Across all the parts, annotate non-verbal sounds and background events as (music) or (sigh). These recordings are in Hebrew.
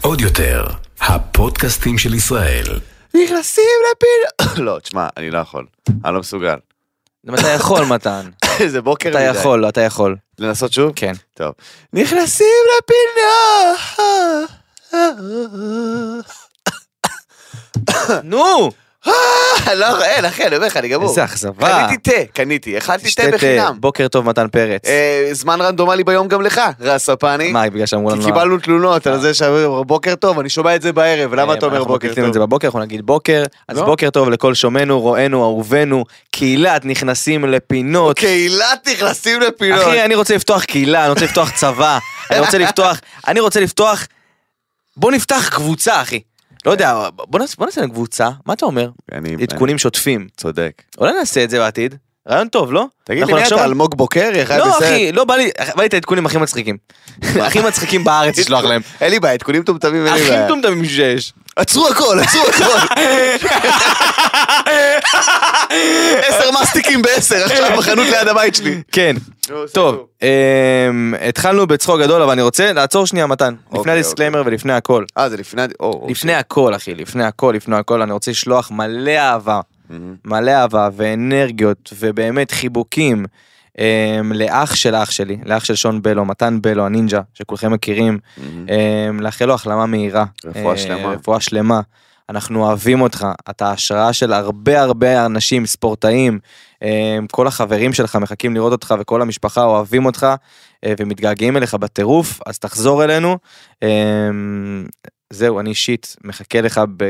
עוד יותר, הפודקאסטים של ישראל. נכנסים לפינה. (coughs) לא, תשמע, אני לא יכול. אני לא מסוגל. אתה יכול (coughs) מתן, זה בוקר אתה מדי. יכול, לא, אתה יכול. לנסות שוב? כן. טוב. נכנסים לפינה. (coughs) נו! (coughs) אה, לא, אין, אחי, אני אומר לך, אני גמור. איזה אכזבה. קניתי תה, קניתי, אכלתי תה תשתה תה. בחינם. בוקר טוב מתן פרץ. אה, זמן רנדומלי ביום גם לך, רס הפאני. מה, בגלל שאמרו לנו... כי קיבלנו תלונות על זה שאומרים בוקר טוב, אני שומע את זה בערב, למה אתה אומר אה, אנחנו בוקר מקליטים את זה טוב? בבוקר, אנחנו נגיד בוקר. אז לא. בוקר טוב לכל שומנו, רואינו, אהובנו, קהילת נכנסים לפינות. אוקיי, קהילת נכנסים לפינות. אחי, אני רוצה לפתוח קהילה, אני רוצה לפתוח צבא, אני רוצה לפתוח... אני רוצה לפתוח... בוא נפתח קבוצה, אחי. לא יודע, בוא נעשה- בוא נעשה לנו קבוצה, מה אתה אומר? אני עדכונים שוטפים. אני צודק. אולי נעשה את זה בעתיד. רעיון טוב, לא? תגיד לי, אנחנו מי נחשוב אתה? על- אלמוג בוקר? אחד לא, בסרט? אחי, לא בא לי, בא לי את העדכונים הכי מצחיקים. הכי מצחיקים בארץ לשלוח להם. אין לי בעיה, עדכונים מטומטמים, אין לי הכי בעיה. מטומטמים שיש. עצרו הכל, עצרו הכל. עשר מסטיקים בעשר, אה. עכשיו בחנות ליד הבית שלי. כן. לא, טוב, אמ, התחלנו בצחוק גדול, אבל אני רוצה לעצור שנייה, מתן. לפני אוקיי, הדיסקליימר ולפני הכל. אה, זה לפני... או, או, לפני הכל, אחי, לפני הכל, לפני הכל, אני רוצה לשלוח מלא אהבה. מהמם. מלא אהבה ואנרגיות, ובאמת חיבוקים. אמ, לאח של אח שלי, לאח של שון בלו, מתן בלו, הנינג'ה, שכולכם מכירים, מהמם. אמ, לאחל לו החלמה מהירה. רפואה אה, שלמה. רפואה שלמה. אנחנו אוהבים אותך, אתה השראה של הרבה הרבה אנשים, ספורטאים, אמ, כל החברים שלך מחכים לראות אותך וכל המשפחה אוהבים אותך אה, ומתגעגעים אליך בטירוף, אז תחזור אלינו. אמ, זהו, אני אישית מחכה לך ב...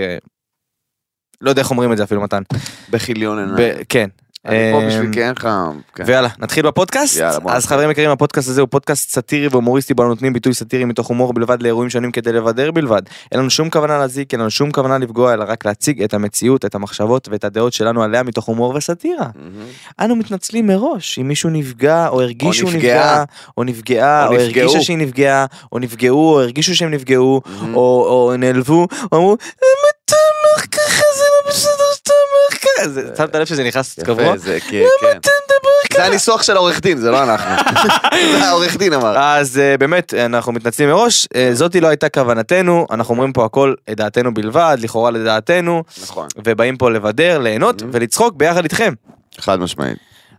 לא יודע איך אומרים את זה אפילו, מתן. בכיליון עיניים. ב... כן. אני פה אמ, בשביל כי אין לך... כן. ויאללה, נתחיל בפודקאסט. יאללה, בוא אז נתחיל. חברים יקרים, הפודקאסט הזה הוא פודקאסט סאטירי והומוריסטי, בו אנו נותנים ביטוי סאטירי מתוך הומור בלבד לאירועים שונים כדי לבדר בלבד. אין לנו שום כוונה להזיק, אין לנו שום כוונה לפגוע, אלא רק להציג את המציאות, את המחשבות ואת הדעות שלנו עליה מתוך הומור וסאטירה. מהמם. אנו מתנצלים מראש אם מישהו נפגע או הרגיש או שהוא נפגעה. נפגע, או נפגעה, או או נפגעו. הרגישה שהיא נפגעה, או נפגעו, או הרגישו שהם נפגעו, או- או נעלבו, או אמרו, "למה אתה אומר ככה, זה לא בסדר שאתה אומר ככה. זה- שמת לב שזה נכנס קבוע? יפה, זה כן, כן. זה הניסוח של העורך דין, זה לא אנחנו. (laughs) זה העורך דין אמר. אז אה, באמת אנחנו מתנצלים מראש אה, זאתי לא הייתה כוונתנו אנחנו אומרים פה הכל לדעתנו בלבד לכאורה לדעתנו נכון. ובאים פה לבדר ליהנות ולצחוק ביחד איתכם. חד משמעית.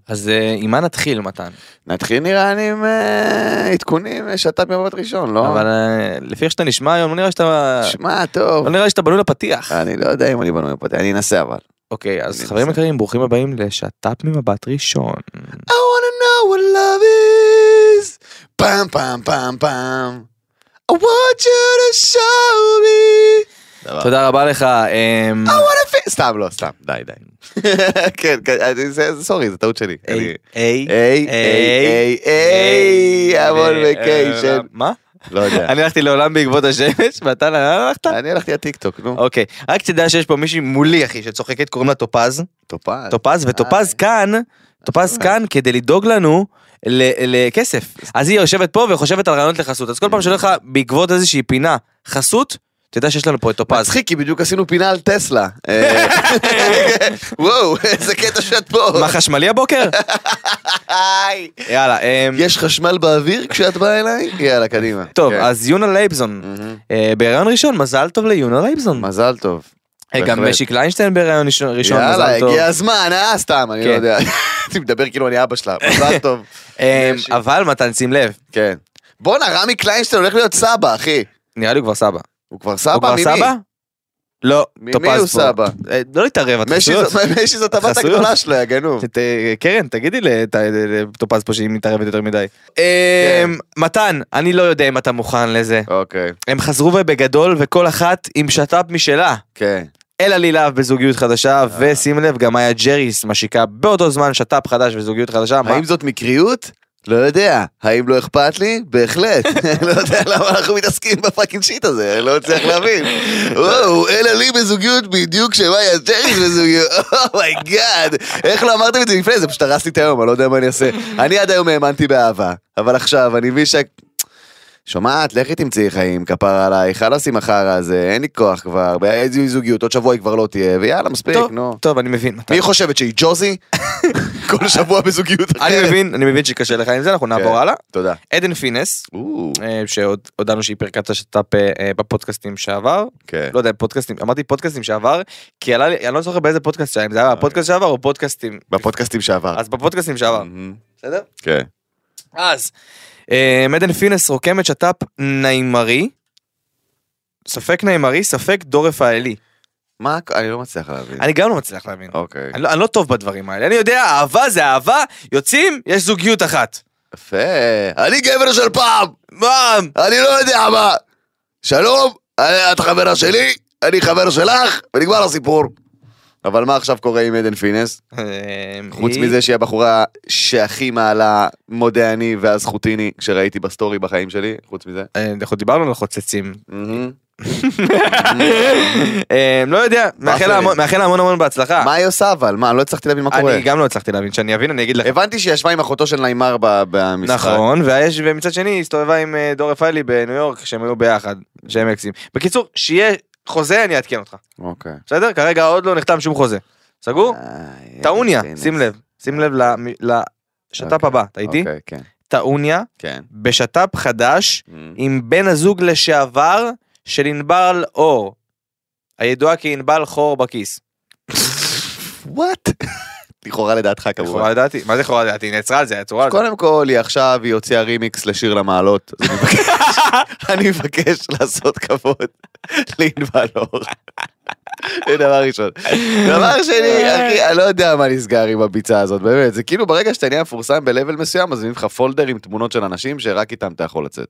אז אה, עם מה נתחיל מתן נתחיל נראה לי עם אה, עדכונים אה, שת"פ מבט ראשון, לא? אבל אה, לפי איך שאתה נשמע היום לא נראה שאתה שמע, טוב. לא נראה לי שאתה בנוי לפתיח. אני אה, לא יודע אם אני בנוי פה, אני אנסה אבל. אוקיי אז אני חברים אנסה. יקרים ברוכים הבאים לשת"פ ממבט ראשון. I wanna know what love is. פעם פעם פעם פעם. I want you to show me. דבר. תודה רבה לך. אמ, I wanna feel... סתם, לא, סתם. די, די. (laughs) כן, כן, אני- זה- זה- סורי, זו טעות שלי. אני- היי היי, היי, היי, I'm on vacation. מה? לא יודע. אני הלכתי לעולם בעקבות השמש ואתה אה, הלכת? אני הלכתי לטיקטוק, נו. אוקיי, רק תדע שיש פה מישהי מולי אחי שצוחקת, קוראים לה טופז, טופז. אה, טופז, וטופז היי. כאן, אה. טופז כאן כדי לדאוג לנו ל- לכסף. אז היא יושבת פה וחושבת על רעיונות לחסות, אז כל פעם שולח לך בעקבות איזושהי פינה חסות, תדע שיש לנו פה את טופז. מצחיק, כי בדיוק עשינו פינה על (laughs) טסלה. אה, וואו, איזה קטע שאת פה. מה (laughs) חשמלי הבוקר? היי. יאללה, אמ, יש חשמל באוויר כשאת באה אליי? יאללה, קדימה. טוב, כן. אז יונה לייבזון, מהמם. אה, בהיריון ראשון, מזל טוב ליונה לייבזון. מזל טוב. אה, גם בהחלט. משיק ליינשטיין בהיריון ראשון, ראשון, יאללה, מזל טוב. הגיע הזמן, אה? סתם, אני לא כן. יודע. (laughs) אני מדבר כאילו אני אבא שלה, (laughs) מזל טוב. אמ, משיק. אבל מתן, שים לב, כן. בואנה, רמי קליינשטיין הולך להיות סבא, אחי. נראה לי הוא כבר סבא. הוא כבר הוא סבא? כבר ממי? סבא? לא, ממי טופז פה. הוא סבא? אה, לא להתערב, את משי חסויות. זאת- משי זאת הבת חסויות. הגדולה שלו, יא (laughs) גנוב. ת- אה, קרן, תגידי לת- לטופז אה, פה שהיא מתערבת יותר מדי. כן. אמ, מתן, אני לא יודע אם אתה מוכן לזה. אוקיי, הם חזרו ובגדול וכל אחת עם שת"פ משלה. כן. אלה לילב בזוגיות חדשה, אה. ושים לב, גם היה ג'ריס משיקה באותו זמן שת"פ חדש וזוגיות חדשה. מה- האם זאת מקריות? לא יודע. האם לא אכפת לי? בהחלט. (laughs) (laughs) לא יודע למה אנחנו מתעסקים בפאקינג שיט הזה, אני לא מצליח (laughs) להבין. וואו, אלה לי בזוגיות בדיוק שמאיה ג'ריס (laughs) בזוגיות. אומייגאד. Oh איך לא אמרתם את זה לפני? זה פשוט (laughs) הרס לי את היום, אני לא יודע מה אני אעשה. אני עד היום האמנתי באהבה, אבל עכשיו אני מבין ש... שומעת, לכי תמצאי חיים, כפרה עליי, חלאס עם החרא הזה, אין לי כוח כבר, באיזה זוגיות, עוד שבוע היא כבר לא תהיה, ויאללה, מספיק, טוב, נו. טוב, אני מבין. מתן. מי חושבת שהיא (laughs) ג'וזי? כל שבוע בזוגיות אחרת. אני מבין, אני מבין שקשה לך עם זה, אנחנו כן. נעבור הלאה. תודה. עדן פינס, או, אה, שעוד הודענו שהיא פירקה את השת"פ אה, בפודקאסטים שעבר. כן. לא יודע, פודקאסטים, אמרתי פודקאסטים שעבר, כי עלה לי, אני לא זוכר באיזה פודקאסט שהיה, אם זה היה אוקיי. בפודקאסט שעבר או פודקאסטים. בפודקאסטים שעבר. אז בפודקאסטים שעבר, מהמם. בסדר? כן. אז, אה, עדן פינס רוקמת שת"פ נעימרי, ספק נעימרי, ספק דור רפאלי. מה, אני לא מצליח להבין. אני גם לא מצליח להבין. אוקיי. אני לא, אני לא טוב בדברים האלה, אני יודע, אהבה זה אהבה, יוצאים, יש זוגיות אחת. יפה. אני גבר של פעם! מה? (laughs) אני לא יודע מה. שלום, אה, את חברה שלי, אני חבר שלך, ונגמר הסיפור. אבל מה עכשיו קורה עם עדן פינס? אה, חוץ היא- מזה שהיא הבחורה שהכי מעלה מודה אני ואז חוטיני שראיתי בסטורי בחיים שלי, חוץ מזה. אה, אנחנו דיברנו (laughs) על חוצצים. מהמם. אה, לא יודע, מאחל לה המון- מאחל לה המון המון בהצלחה. מה היא עושה אבל? מה, לא הצלחתי להבין מה קורה. אני גם לא הצלחתי להבין, שאני אבין אני אגיד לך. הבנתי שהיא ישבה עם אחותו של נעימר ב- במשחק. נכון, והיש- ומצד שני היא הסתובבה עם אה, דור רפאלי בניו יורק שהם היו ביחד, שהם אקסים. בקיצור, שיהיה חוזה אני אעדכן אותך, אוקיי. בסדר? כרגע עוד לא נחתם שום חוזה. סגור? אה, איי, טעוניה, עדן פינס. שים לב, שים לב למ- לשת"פ אוקיי, הבא, אתה איתי? אה, אוקיי, כן. טעוניה כן. בשת"פ חדש מהמם. עם בן הזוג לשעבר של ענבל אור, הידועה כענבל חור בכיס. וואט? לכאורה לדעתך כמובן. לכאורה לדעתי, מה זה לכאורה לדעתי? היא נעצרה על זה, היא עצורה על זה. קודם כל, היא עכשיו, היא הוציאה רימיקס לשיר למעלות. אז אני מבקש- אני מבקש לעשות כבוד לענבל אור. זה דבר ראשון. דבר שני, אחי, אני לא יודע מה נסגר עם הביצה הזאת, באמת. זה כאילו ברגע שאתה נהיה מפורסם ב-level מסוים, אז מביאים לך פולדר עם תמונות של אנשים שרק איתם אתה יכול לצאת.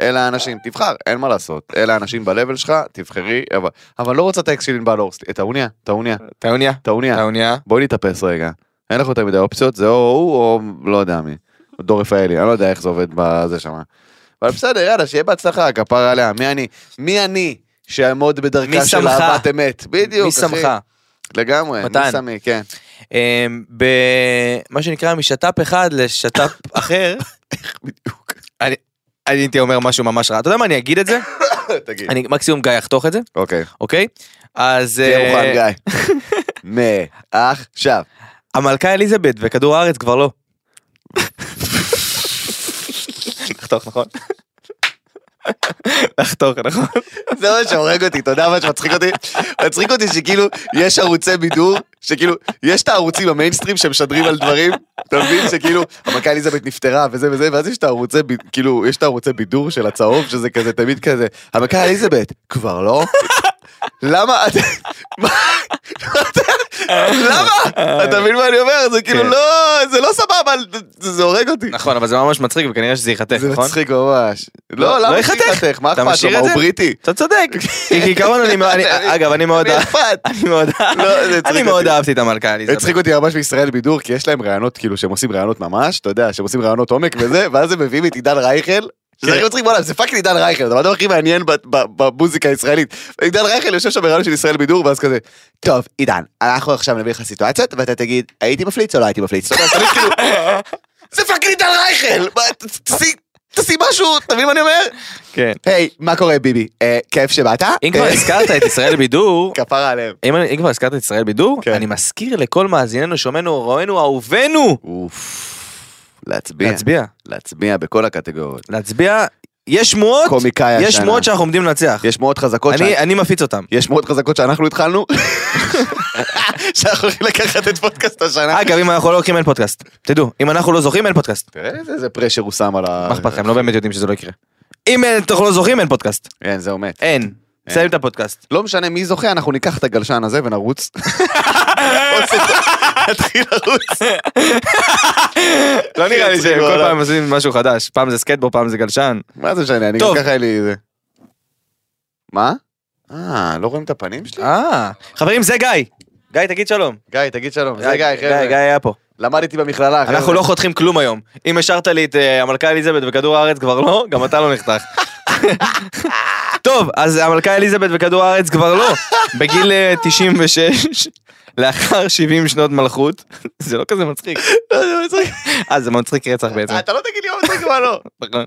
אלה האנשים, תבחר, אין מה לעשות. אלה האנשים ב-level שלך, תבחרי, אבל- אבל לא רוצה את האקס של ענבל אור. סליחה, טעוניה, טעוניה, טעוניה, טעוניה. טעוניה. בואי נתאפס רגע. אין לך יותר מדי אופציות, זה או הוא או לא יודע מי. דור רפאלי, אני לא יודע איך זה עובד בזה שם. אבל בסדר, יאללה, שיהיה בהצלחה, כפרה עליה. מי אני? מי אני שאעמוד בדרכה מי של שמך? אהבת אמת? בדיוק, מי אחי. שמך? לגמרי, מתן. מי שמי, (laughs) כן. אמ, במה שנקרא משת"פ אחד לשת"פ (laughs) אחר. בדיוק. אני אני הייתי אומר משהו ממש רע. אתה יודע מה, אני אגיד את זה? תגיד. אני מקסימום גיא יחתוך את זה, אוקיי. אוקיי? אז תהיה מוכן, אה, גיא. (laughs) מעכשיו. המלכה אליזבת וכדור הארץ כבר לא. לחתוך, נכון? לחתוך, נכון? זה מה שהורג אותי, אתה יודע מה שמצחיק אותי? מצחיק אותי שכאילו, יש ערוצי בידור, שכאילו, יש את הערוצים המיינסטרים שמשדרים על דברים, אתה מבין? שכאילו, המכה אליזבת נפטרה וזה וזה, ואז יש את הערוצי, ב- כאילו, יש את הערוצי בידור של הצהוב, שזה כזה, תמיד כזה, המכה אליזבת, כבר לא? למה את... מה? למה? אתה מבין מה אני אומר? זה כאילו כן. לא, זה לא סבבה, זה זה הורג אותי. נכון, אבל זה ממש מצחיק וכנראה שזה ייחתך, זה נכון? מצחיק ממש. לא, לא, לא למה ייחתך. שיחתך? מה אתה אכפת לו? משאיר מה, את הוא זה? בריטי? אתה צודק. כי כעיקרון אני- אני, אגב, אני מאוד מי אהבתי, אכפת? אני מאוד לא, זה הצחיק אני מאוד אותי. אהבתי את המלכה אליזבת. הצחיק אותי ממש בישראל בידור, כי יש להם רעיונות, כאילו, שהם עושים רעיונות ממש, אתה יודע, שהם עושים רעיונות עומק וזה, (laughs) ואז הם מביאים את עידן רייכל. כן. שזה הכי מצחיק בעולם, זה פאקינג עידן רייכל, זה הדבר הכי מעניין ב- ב- במוזיקה הישראלית. עידן רייכל יושב שם ברעיון של ישראל בידור, ואז כזה, טוב, עידן, אנחנו עכשיו נביא לך סיטואציות, ואתה תגיד, הייתי מפליץ או לא הייתי מפליץ? אתה יודע, אז תמיד כאילו, זה פאקינג עידן רייכל! מה, ת- תעשי- תעשי משהו, אתה מבין מה אני אומר? כן. היי, מה קורה ביבי? אה, כיף שבאת? אם כבר אה, הזכרת את ישראל בידור, כפרה עליהם. אם אני- אם כבר הזכרת את ישראל בידור, כן. אני מזכיר לכל מאזיננו, שומענו, רואינו, אהובנו, אוף, להצביע. להצביע, להצביע בכל הקטגוריות. להצביע, יש שמועות, קומיקאי יש השנה. שמועות שאנחנו עומדים לנצח, יש שמועות חזקות אני- ש... אני מפיץ אותם. יש שמועות חזקות שאנחנו התחלנו. שאנחנו הולכים לקחת את פודקאסט השנה. אגב, אם אנחנו לא לוקחים אין פודקאסט, תדעו, אם אנחנו לא זוכים אין פודקאסט, תראה איזה- איזה פרשר הוא שם על ה... מה אכפת לכם, לא באמת יודעים שזה לא יקרה. אם אין- אנחנו לא זוכים אין פודקאסט, אין, כן, זהו מת. אין, נסיים את הפודקאסט. לא משנה מי זוכה, אנחנו ניקח את הגלשן הזה ונרוץ. נתחיל לרוץ. לא נראה לי שהם כל פעם עושים משהו חדש, פעם זה סקטבורד, פעם זה גלשן. מה זה משנה, אני גם טוב. ככה אין לי זה. מה? אה, לא רואים את הפנים שלי? אה, חברים זה גיא, גיא תגיד שלום. גיא, תגיד שלום. זה אה, גיא, גיא חבר'ה. היה פה. למדתי במכללה, חבר'ה. אנחנו לא חותכים כלום היום. אם השארת לי את אה, המלכה אליזבת וכדור הארץ כבר לא, גם אתה לא נחתך. (laughs) טוב, אז המלכה אליזבת וכדור הארץ כבר לא. בגיל אה, 96, לאחר 70 שנות מלכות, (laughs) זה לא כזה מצחיק. אה, זה מצחיק רצח בעצם. אתה לא תגיד לי מה מצחיק מה לא. נכון.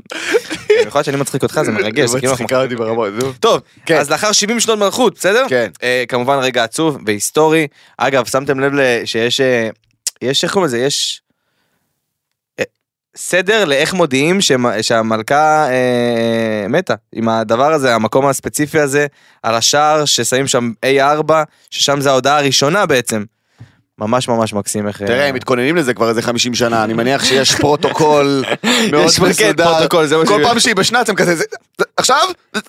יכול להיות שאני מצחיק אותך, זה מרגש. זה כאילו אנחנו- מצחיקה אותי ברמות, נו. טוב, כן. אז לאחר 70 שנות מלכות, בסדר? כן. אה, כמובן רגע עצוב והיסטורי. אגב, שמתם לב ל- שיש, אה, יש, איך קוראים לזה? יש אה, סדר לאיך מודיעים שמ- שהמלכה אה, מתה. עם הדבר הזה, המקום הספציפי הזה, על השער ששמים שם A4, ששם זה ההודעה הראשונה בעצם. ממש ממש מקסים איך... אה, תראה, הם מתכוננים לזה כבר איזה 50 שנה, אני מניח שיש (laughs) פרוטוקול מאוד יש, כן, מסודר. פרוטוקול, זה מה כל ש- פעם שהיא בשנץ הם כזה, זה- זה- עכשיו? זה-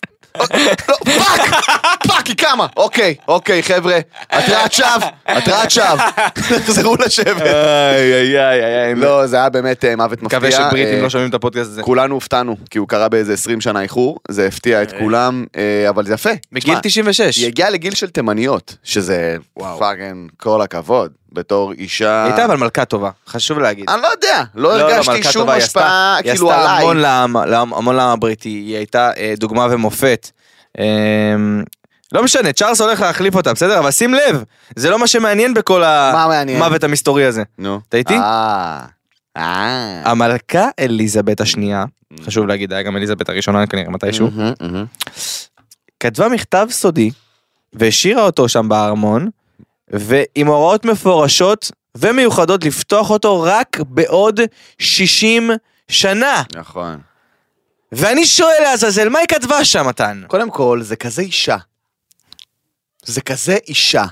לא, פאק! פאק, היא קמה! אוקיי, אוקיי, חבר'ה, התרעת שווא, התרעת שווא. (laughs) תחזרו לשבת. איי איי איי איי. אני לא, זה היה באמת אה, מוות מפתיע. מקווה אה, שבריטים לא שומעים את הפודקאסט הזה. כולנו הופתענו, כי הוא קרה באיזה 20 שנה איחור, זה הפתיע את כולם, אה, אבל זה יפה. בגיל תשמע, 96. היא הגיעה לגיל של תימניות, שזה וואו. פאגן כל הכבוד, בתור אישה... הייתה אבל מלכה טובה, חשוב להגיד. אני לא יודע, לא לא, לא, הרגשתי מלכה שום טובה, היא השפעה, עשתה- כאילו היא עשתה עליי. המון לעם- לעם- המון לעם הבריטי, היא הייתה אה, דוגמה ומופת. אמ, לא משנה, צ'ארלס הולך להחליף אותה, בסדר? אבל שים לב, זה לא מה שמעניין בכל מה מעניין? המוות המסתורי הזה. נו. אתה איתי? אה. אה. המלכה אליזבת השנייה, חשוב להגיד, היה גם אליזבת הראשונה כנראה מתישהו, מהמם, מהמם. Mm-hmm. כתבה מכתב סודי, והשאירה אותו שם בארמון, ועם הוראות מפורשות ומיוחדות לפתוח אותו רק בעוד 60 שנה. נכון. ואני שואל לעזאזל, מה היא כתבה שם, מתן? קודם כל, זה כזה אישה. זה כזה אישה.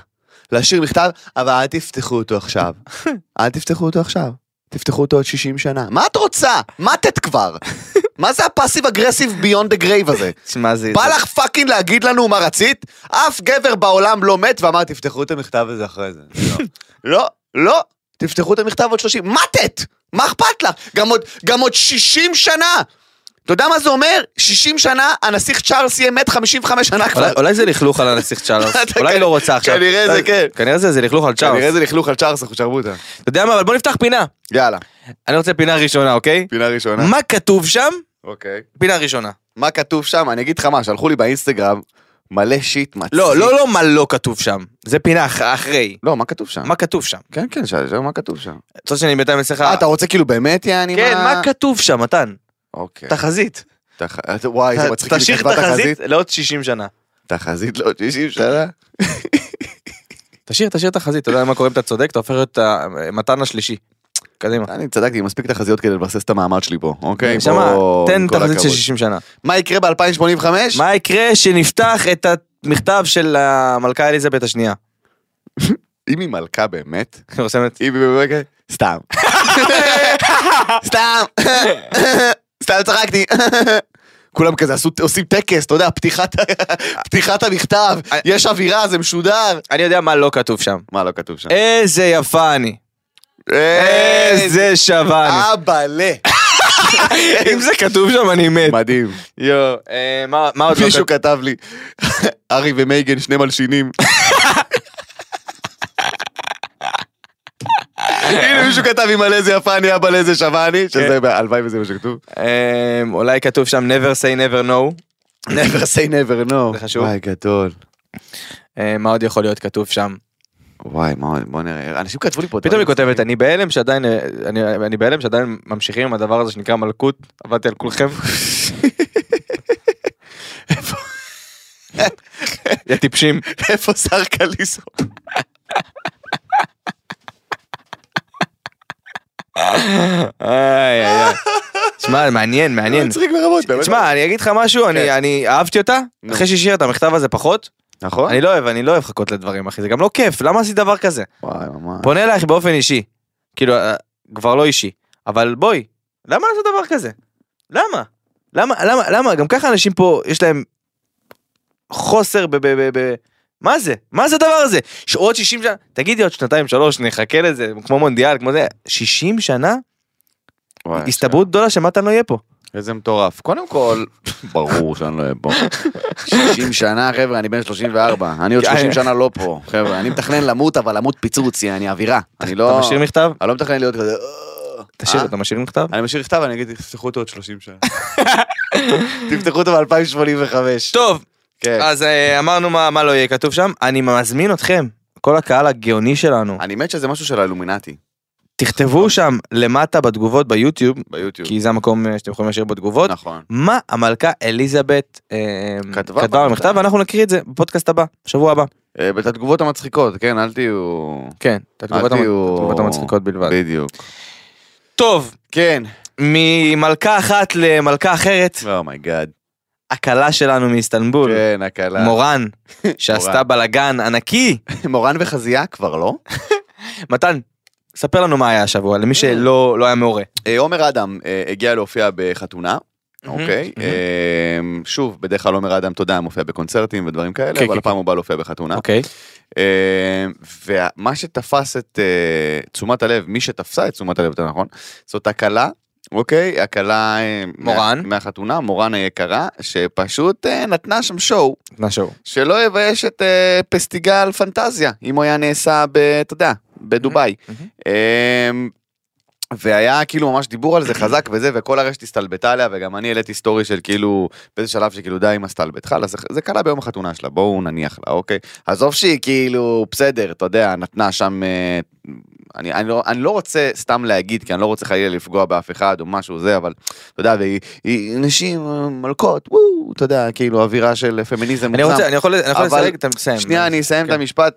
להשאיר מכתב, אבל אל תפתחו אותו עכשיו. (laughs) אל תפתחו אותו עכשיו. תפתחו אותו עוד 60 שנה. מה את רוצה? מתת (laughs) כבר. מה זה הפאסיב אגרסיב ביונד דה גרייב הזה? תשמע, זה... בא לך פאקינג להגיד לנו מה רצית? אף גבר בעולם לא מת ואמר, תפתחו את המכתב הזה אחרי זה. (laughs) לא, לא, תפתחו את המכתב עוד 30. מתת! מה אכפת לך? גם עוד, גם עוד 60 שנה! אתה יודע מה זה אומר? 60 שנה, הנסיך צ'ארלס יהיה מת 55 שנה כבר. אולי, אולי זה לכלוך על (laughs) הנסיך צ'ארלס, אתה אולי היא לא רוצה עכשיו. כנראה זה אולי- כן. כנראה זה, זה לכלוך על צ'ארלס. כנראה זה לכלוך על צ'ארלס, אנחנו שרבו אותה. אתה יודע מה, אבל בוא נפתח פינה. יאללה, אני רוצה פינה ראשונה, אוקיי? פינה ראשונה. מה כתוב שם? אוקיי. פינה ראשונה. מה כתוב שם? אני אגיד לך מה, שלחו לי באינסטגרם מלא שיט מצחיק. לא, לא, לא מה לא כתוב שם. זה פינה אח- אחרי. לא, מה כתוב שם? מה כתוב שם? כן, כן, שאלה, שאלה, מה כתוב שם? אתה רוצה שאני בינתיים אעשה לך... אה, אתה רוצה כאילו באמת, יעני, כן, מה כן. כתוב שם, מתן? אוקיי. תחזית. תח... אה, וואי, זה מצחיק, תשאיר כתבה תחזית לעוד 60 שנה. תחזית לעוד 60 שנה. תשאיר, תשאיר תחזית, אתה יודע מה קורה אם אתה צודק, אתה הופך להיות אה, מתן השלישי. קדימה. אני צדקתי, מספיק תחזיות כדי לבסס את המעמד שלי פה, אוקיי? שמע, בוא, תן עם כל תחזית של הכבוד. 60 שנה. מה יקרה ב-2085? מה יקרה שנפתח את המכתב של המלכה אליזבת השנייה? (laughs) אם היא מלכה באמת, אני רוצה באמת- אם היא באמת... סתם. סתם. סתם צחקתי. כולם כזה עשו, עושים טקס, אתה יודע, פתיחת, פתיחת המכתב, יש אווירה, זה משודר. אני יודע מה לא כתוב שם. מה לא כתוב שם? איזה יפה אני. איזה שווה אה, אני. אבאלה. אוקיי. אם זה כתוב שם אני מת. מדהים. יואו, אה, מה מה עוד לא מישהו כתוב? כתב לי, ארי ומייגן שני מלשינים. הנה מישהו כתב עם על איזה יפה אני אבא לאיזה שווה אני, כן. שזה הלוואי וזה מה שכתוב. אה, אולי כתוב שם never say never no. never say never no. זה חשוב. וואי גדול. אה, מה עוד יכול להיות כתוב שם? וואי מה- בוא נראה, אנשים כתבו לי פה. פתאום היא דברים. כותבת אני בהלם שעדיין אה, אני- אני בהלם שעדיין ממשיכים עם הדבר הזה שנקרא מלכות עבדתי על כולכם. יא טיפשים. (laughs) איפה שר קליסו? איי איי איי. שמע, מעניין, מעניין. לא מצחיק ברמות, באמת. כן. תשמע, אני אגיד לך משהו, אני- אני אהבתי אותה, נו. אחרי שהשאיר את המכתב הזה פחות, נכון? אני לא אוהב, אני לא אוהב לחכות לדברים, אחי, זה גם לא כיף, למה עשית דבר כזה? וואי ממש. פונה אלייך באופן אישי, כאילו, אה, כבר לא אישי, אבל בואי, למה לעשות דבר כזה? למה? למה, למה, למה, גם ככה אנשים פה, יש להם חוסר ב... ב, ב, ב מה זה? מה זה הדבר הזה? שעוד 60 שנה, תגידי עוד שנתיים שלוש נחכה לזה, כמו מונדיאל, כמו זה, 60 שנה? וואי, הסתברות גדולה שמתן לא יהיה פה. איזה מטורף. קודם כל, ברור שאני לא אהיה פה. 60 שנה, חבר'ה, אני בן 34. אני עוד 30 שנה לא פה. חבר'ה, אני מתכנן למות, אבל למות פיצוץ, אני אווירה. אני אתה לא... משאיר מכתב? אני לא מתכנן להיות כזה... "אה". תשאיר, אה? אתה משאיר מכתב? אני משאיר כתב, אני אגיד, תפתחו אותו עוד 30 שנה. (laughs) תפתחו אותו ב-2085. טוב, אה, כן. אז אה, אמרנו מה מה לא יהיה כתוב שם, אני מזמין אתכם. כל הקהל הגאוני שלנו. אני מת שזה משהו של האלומינטי, תכתבו שם למטה בתגובות ביוטיוב, ביוטיוב. כי זה המקום אה, שאתם יכולים להשאיר בו תגובות. נכון. מה המלכה אליזבת אה, כתבה כתבה במכתב, במכתב. ואנחנו נקריא את זה בפודקאסט הבא, בשבוע הבא. אה, ואת התגובות המצחיקות, כן, אל תהיו... כן, את התגובות אל המ- תהיו- התגובות המצחיקות בלבד. בדיוק. טוב, כן. ממלכה אחת למלכה אחרת, Oh אומייגאד. הכלה שלנו מאיסטנבול, כן, הקלה. (laughs) מורן, שעשתה מורן. בלאגן ענקי. מורן וחזייה כבר לא? מתן, ספר לנו מה היה השבוע, למי שלא לא היה מעורה. אה, עומר אדם אה, הגיע להופיע בחתונה. אוקיי, מהמם. אה, שוב, בדרך כלל עומר אדם, תודה, מופיע בקונצרטים ודברים כן, כאלה, אבל כן, הפעם הוא בא להופיע בחתונה. אוקיי. אה, ומה שתפס את אה, תשומת הלב, מי שתפסה את תשומת הלב, יותר נכון, זאת הכלה, אוקיי? הכלה... אה, מורן. מה- מהחתונה, מורן היקרה, שפשוט אה, נתנה שם שואו, משהו. שלא יבייש את אה, פסטיגל פנטזיה, אם הוא היה נעשה, ב- אתה יודע, בדובאי. אמ, והיה כאילו ממש דיבור על זה חזק וזה וכל הרשת הסתלבטה עליה וגם אני העליתי סטורי של כאילו באיזה שלב שכאילו די אמא הסתלבטחה לה זה, זה קרה ביום החתונה שלה בואו נניח לה אוקיי עזוב שהיא כאילו בסדר אתה יודע נתנה שם אה, אני, אני, לא, אני לא רוצה סתם להגיד כי אני לא רוצה חלילה לפגוע באף אחד או משהו זה אבל אתה יודע והיא היא, נשים אה, מלכות וואו אתה יודע כאילו אווירה של פמיניזם אני מוגזם. רוצה, אני יכול אני יכול אבל- לסייג, אתה מסיים. שנייה אני אסיים כן. את המשפט.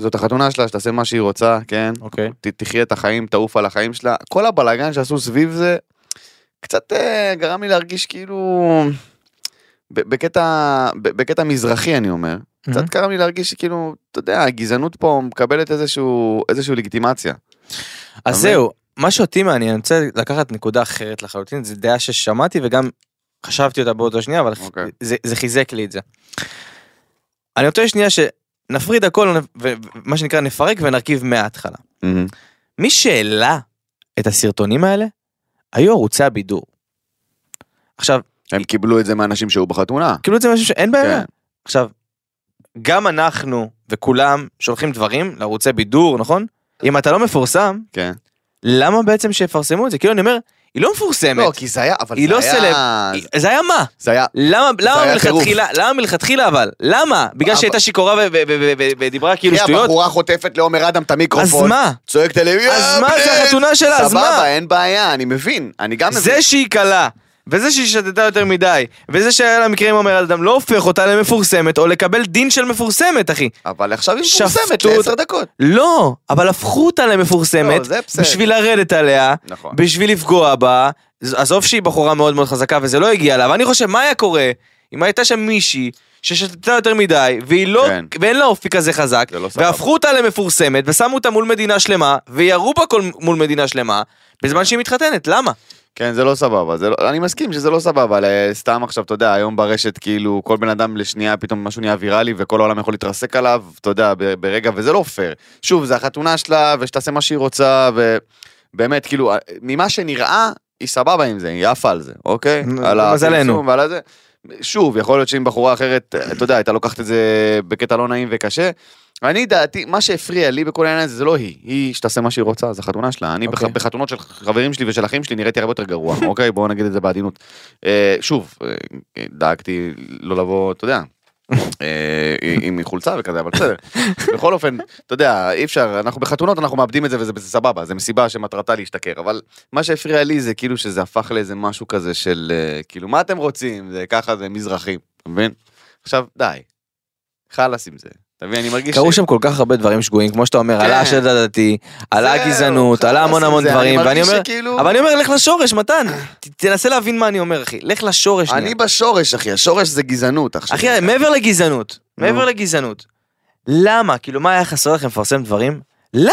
זאת החתונה שלה שתעשה מה שהיא רוצה כן אוקיי. ת- תחיה את החיים, תעוף על החיים שלה. כל הבלאגן שעשו סביב זה, קצת אה, גרם לי להרגיש כאילו... ב- בקטע, ב- בקטע מזרחי אני אומר, Mm-hmm. קצת גרם לי להרגיש שכאילו, אתה יודע, הגזענות פה מקבלת איזשהו, איזשהו לגיטימציה. אז אתה מבין? זהו, מה שאותי מעניין, אני רוצה לקחת נקודה אחרת לחלוטין, זו דעה ששמעתי וגם חשבתי אותה באותה שנייה, אבל אוקיי. זה- זה חיזק לי את זה. אני רוצה שנייה שנפריד הכל, ומה שנקרא נפרק ונרכיב מההתחלה. Mm-hmm. מי שהעלה את הסרטונים האלה, היו ערוצי הבידור. עכשיו, הם קיבלו את זה מאנשים שהיו בחתונה. כאילו את זה משהו שאין בעיה. כן. עכשיו, גם אנחנו וכולם שולחים דברים לערוצי בידור, נכון? אם אתה לא מפורסם, כן. למה בעצם שיפרסמו את זה? כאילו אני אומר, היא לא מפורסמת. לא, כי זה היה, אבל היא זה לא היה... סלב. זה היה מה? זה היה... למה למה היה טירוף. מלכתחילה? למה מלכתחילה אבל? למה? בגלל אבל- שהייתה שיכורה ו- ו- ו- ו- ודיברה כאילו היא שטויות? הבחורה חוטפת לעומר אדם את אז המיקרופון. מה? צועקת עליהם, אז "יא מה, זה בן!" החתונה שלה, אז סבבה, מה? אין בעיה, אני מבין. אני גם מבין. זה שהיא קלה, וזה שהיא שתתה יותר מדי, וזה שהיה לה מקרה עם אומר אדם, לא הופך אותה למפורסמת, או לקבל דין של מפורסמת, אחי. אבל עכשיו היא שפטות. מפורסמת לעשר דקות. לא, אבל הפכו אותה למפורסמת, לא, זה בסדר. בשביל לרדת עליה, נכון. בשביל לפגוע בה, ז- עזוב שהיא בחורה מאוד מאוד חזקה וזה לא הגיע לה, אבל אני חושב, מה היה קורה אם הייתה שם מישהי ששתתה יותר מדי, והיא לא, כן. ואין לה אופי כזה חזק, זה לא סבבה. והפכו אותה למפורסמת, ושמו אותה מול מדינה שלמה, וירו בה כל מול מדינה שלמה, בזמן שהיא מתחתנת, למה? כן, זה לא סבבה. זה לא, אני מסכים שזה לא סבבה, אבל אה, סתם עכשיו, אתה יודע, היום ברשת, כאילו, כל בן אדם לשנייה פתאום משהו נהיה ויראלי, וכל העולם יכול להתרסק עליו, אתה יודע, ב- ברגע, וזה לא פייר. שוב, זה החתונה שלה, ושתעשה מה שהיא רוצה, ובאמת, כאילו, אה, ממה שנראה, היא סבבה עם זה, היא עפה על זה, אוקיי? נו, על למזלנו. הפרסום ועל הזה. שוב, יכול להיות שאם בחורה אחרת, אה, אתה יודע, הייתה לוקחת את זה בקטע לא נעים וקשה. אני דעתי, מה שהפריע לי בכל העניין הזה זה לא היא, היא שתעשה מה שהיא רוצה, זו חתונה שלה. אני אוקיי. okay. בחתונות של חברים שלי ושל אחים שלי נראיתי הרבה יותר גרוע, (laughs) אוקיי? בואו נגיד את זה בעדינות. אה, שוב, אה, אה, דאגתי לא לבוא, אתה יודע, אה, עם חולצה וכזה, אבל (laughs) בסדר. בכל אופן, אתה יודע, אי אפשר, אנחנו בחתונות, אנחנו מאבדים את זה וזה וזה סבבה, זו מסיבה שמטרתה להשתכר, אבל מה שהפריע לי זה כאילו שזה הפך לאיזה משהו כזה של, אה, כאילו, מה אתם רוצים? זה ככה, זה מזרחים, אתה מבין? עכשיו, די. חלאס עם זה. אתה מבין, אני מרגיש... קרו שם כל כך הרבה דברים שגויים, כמו שאתה אומר, כן. עלה השד הדתי, עלה זהו, הגזענות, עלה המון חלאס עם המון זה, דברים, ואני מרגיש אומר, שכאילו- אבל אני אומר, לך לשורש, מתן, ת- תנסה להבין מה אני אומר, אחי, לך לשורש. שנייה. אני בשורש, אחי, השורש זה גזענות עכשיו. אחי, מעבר לגזענות, נו. מעבר לגזענות. למה? כאילו, מה היה חסר לכם לפרסם דברים? למה?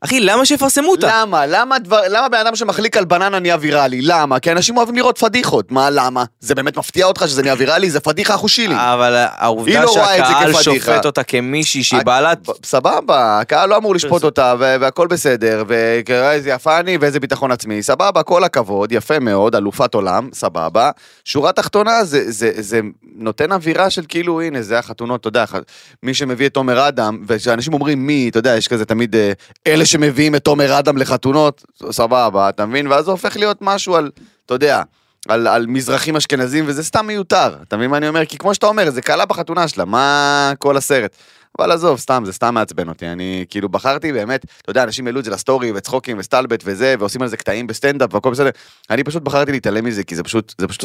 אחי, למה שיפרסמו אותה? למה? למה, דבר, למה בן אדם שמחליק על בננה נהיה ויראלי? למה? כי אנשים אוהבים לראות פדיחות. מה למה? זה באמת מפתיע אותך שזה נהיה ויראלי? זה פדיחה אחושילי. אבל העובדה היא לא רואה את זה שהקהל כפדיחה. שופט אותה כמישהי שהיא הק- בעלת... ב- סבבה, הקהל לא אמור לשפוט אותה ו- והכל בסדר, ואיזה יפה אני ואיזה ביטחון עצמי, סבבה, כל הכבוד, יפה מאוד, אלופת עולם, סבבה. שורה תחתונה זה, זה, זה נותן אווירה של כאילו, הנה, זה החתונות, אתה יודע, ח- מי שמביא את תומר אדם, וכשאנשים אומרים מי, אתה יודע, יש כזה תמיד אה, אלה שמביאים את תומר אדם לחתונות, סבבה, אתה מבין? ואז זה הופך להיות משהו על, אתה יודע. על, על מזרחים אשכנזים, וזה סתם מיותר, אתה מבין מה אני אומר? כי כמו שאתה אומר, זה קלה בחתונה שלה, מה כל הסרט? אבל עזוב, סתם, זה סתם מעצבן אותי. אני כאילו בחרתי באמת, אתה יודע, אנשים העלו את זה לסטורי וצחוקים וסטלבט וזה, ועושים על זה קטעים בסטנדאפ והכל בסדר. אני פשוט בחרתי להתעלם מזה, כי זה פשוט, זה פשוט,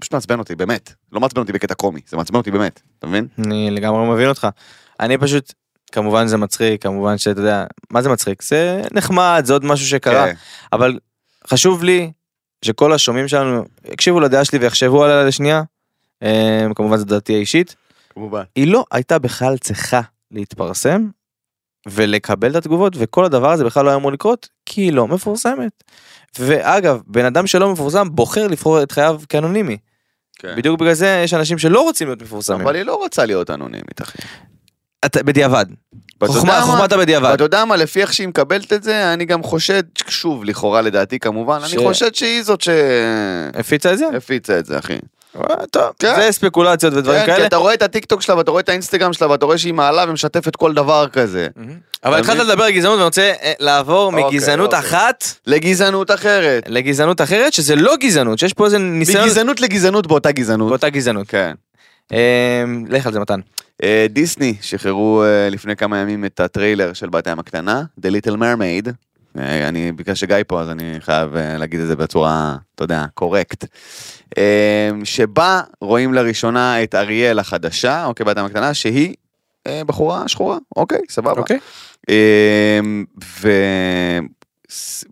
פשוט מעצבן אותי, באמת. לא מעצבן אותי בקטע קומי, זה מעצבן אותי באמת, אתה מבין? אני לגמרי מבין אותך. אני פשוט, כמובן זה מצחיק, כמובן שאתה יודע, מה זה מצחיק? זה נחמד, זה עוד משהו שקרה, כן. אבל חשוב לי שכל השומעים שלנו יקשיבו לדעה שלי ויחשבו עליה לשנייה, אה, כמובן זו דעתי האישית, כמובן. היא לא הייתה בכלל צריכה להתפרסם ולקבל את התגובות וכל הדבר הזה בכלל לא היה אמור לקרות כי היא לא מפורסמת. ואגב בן אדם שלא מפורסם בוחר לבחור את חייו כאנונימי כן. בדיוק בגלל זה יש אנשים שלא רוצים להיות מפורסמים אבל היא לא רוצה להיות אנונימית, אחי. אתה- בדיעבד ואתה חוכמה- יודע מה? חוכמת הבדיעבד. ואתה יודע מה, לפי איך שהיא מקבלת את זה, אני גם חושד, שוב, לכאורה לדעתי כמובן, ש- אני חושד שהיא זאת הפיצה את זה שהפיצה את זה, אחי. אה, טוב כן. זה ספקולציות ודברים כן, כי כאלה אתה רואה את הטיקטוק שלה, ואתה רואה את האינסטגרם שלה, ואתה רואה שהיא מעלה ומשתפת כל דבר כזה. אבל התחלת מבין? לדבר על גזענות ואני רוצה אה, לעבור אוקיי, מגזענות אוקיי. אחת לגזענות אחרת. לגזענות אחרת שזה לא גזענות שיש פה איזה ניסיון מגזענות לגזענות באותה גזענות. באותה גזענות כן. אה, לך על זה מתן אה, דיסני שחררו אה, לפני כמה ימים את הטריילר של בת הים הקטנה, The Little Mermaid. אה, אני, בגלל שגיא פה אז אני חייב אה, להגיד את זה בצורה, אתה יודע, קורקט. אה, שבה רואים לראשונה את אריאל החדשה, אוקיי, בת הים הקטנה, שהיא אה, בחורה שחורה, אוקיי, סבבה. אוקיי. אמ,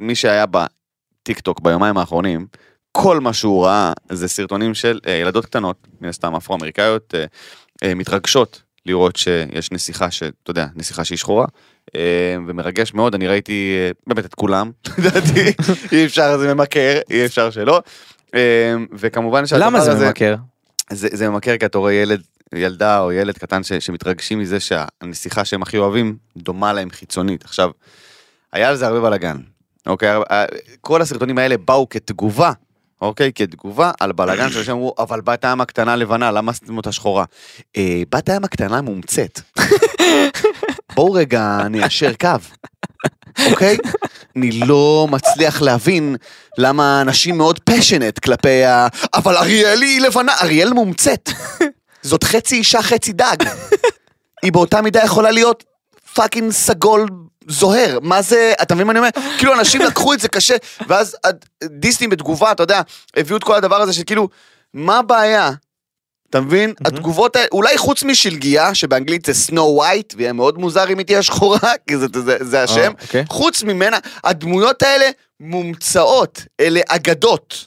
ומי שהיה בטיק טוק ביומיים האחרונים, כל מה שהוא ראה זה סרטונים של אה, ילדות קטנות, מן הסתם אפרו-אמריקאיות, אה, אה, מתרגשות לראות שיש נסיכה שאתה יודע, נסיכה שהיא שחורה. אה, ומרגש מאוד, אני ראיתי אה, באמת את כולם, (laughs) לדעתי, אי אפשר זה ממכר, אי אפשר שלא. אה, וכמובן שהדבר למה הזה... זה ממכר? זה, זה ממכר כי אתה רואה ילד, ילדה או ילד קטן ש, שמתרגשים מזה שהנסיכה שהם הכי אוהבים דומה להם חיצונית. עכשיו, היה על זה הרבה בלאגן, אוקיי? הר- ה- כל הסרטונים האלה באו כתגובה, אוקיי? כתגובה על בלאגן שאנשים אמרו, אבל בת הים הקטנה לבנה, למה עשיתם אותה שחורה? אה, בת הים הקטנה מומצאת. בואו רגע ניישר קו, אוקיי? אני לא מצליח להבין למה אנשים מאוד פשנט כלפי ה... אבל אריאל היא לבנה, אריאל מומצאת. זאת חצי אישה, חצי דג. היא באותה מידה יכולה להיות פאקינג סגול זוהר. מה זה, אתה מבין מה אני אומר? כאילו אנשים לקחו את זה קשה, ואז הד- דיסני בתגובה, אתה יודע, הביאו את כל הדבר הזה שכאילו, מה הבעיה? אתה מבין? התגובות האלה, אולי חוץ משלגיה, שבאנגלית זה סנו ווייט, ויהיה מאוד מוזר אם היא תהיה שחורה, (laughs) כי זה, זה, זה השם. אה, אוקיי. חוץ ממנה, הדמויות האלה מומצאות, אלה אגדות,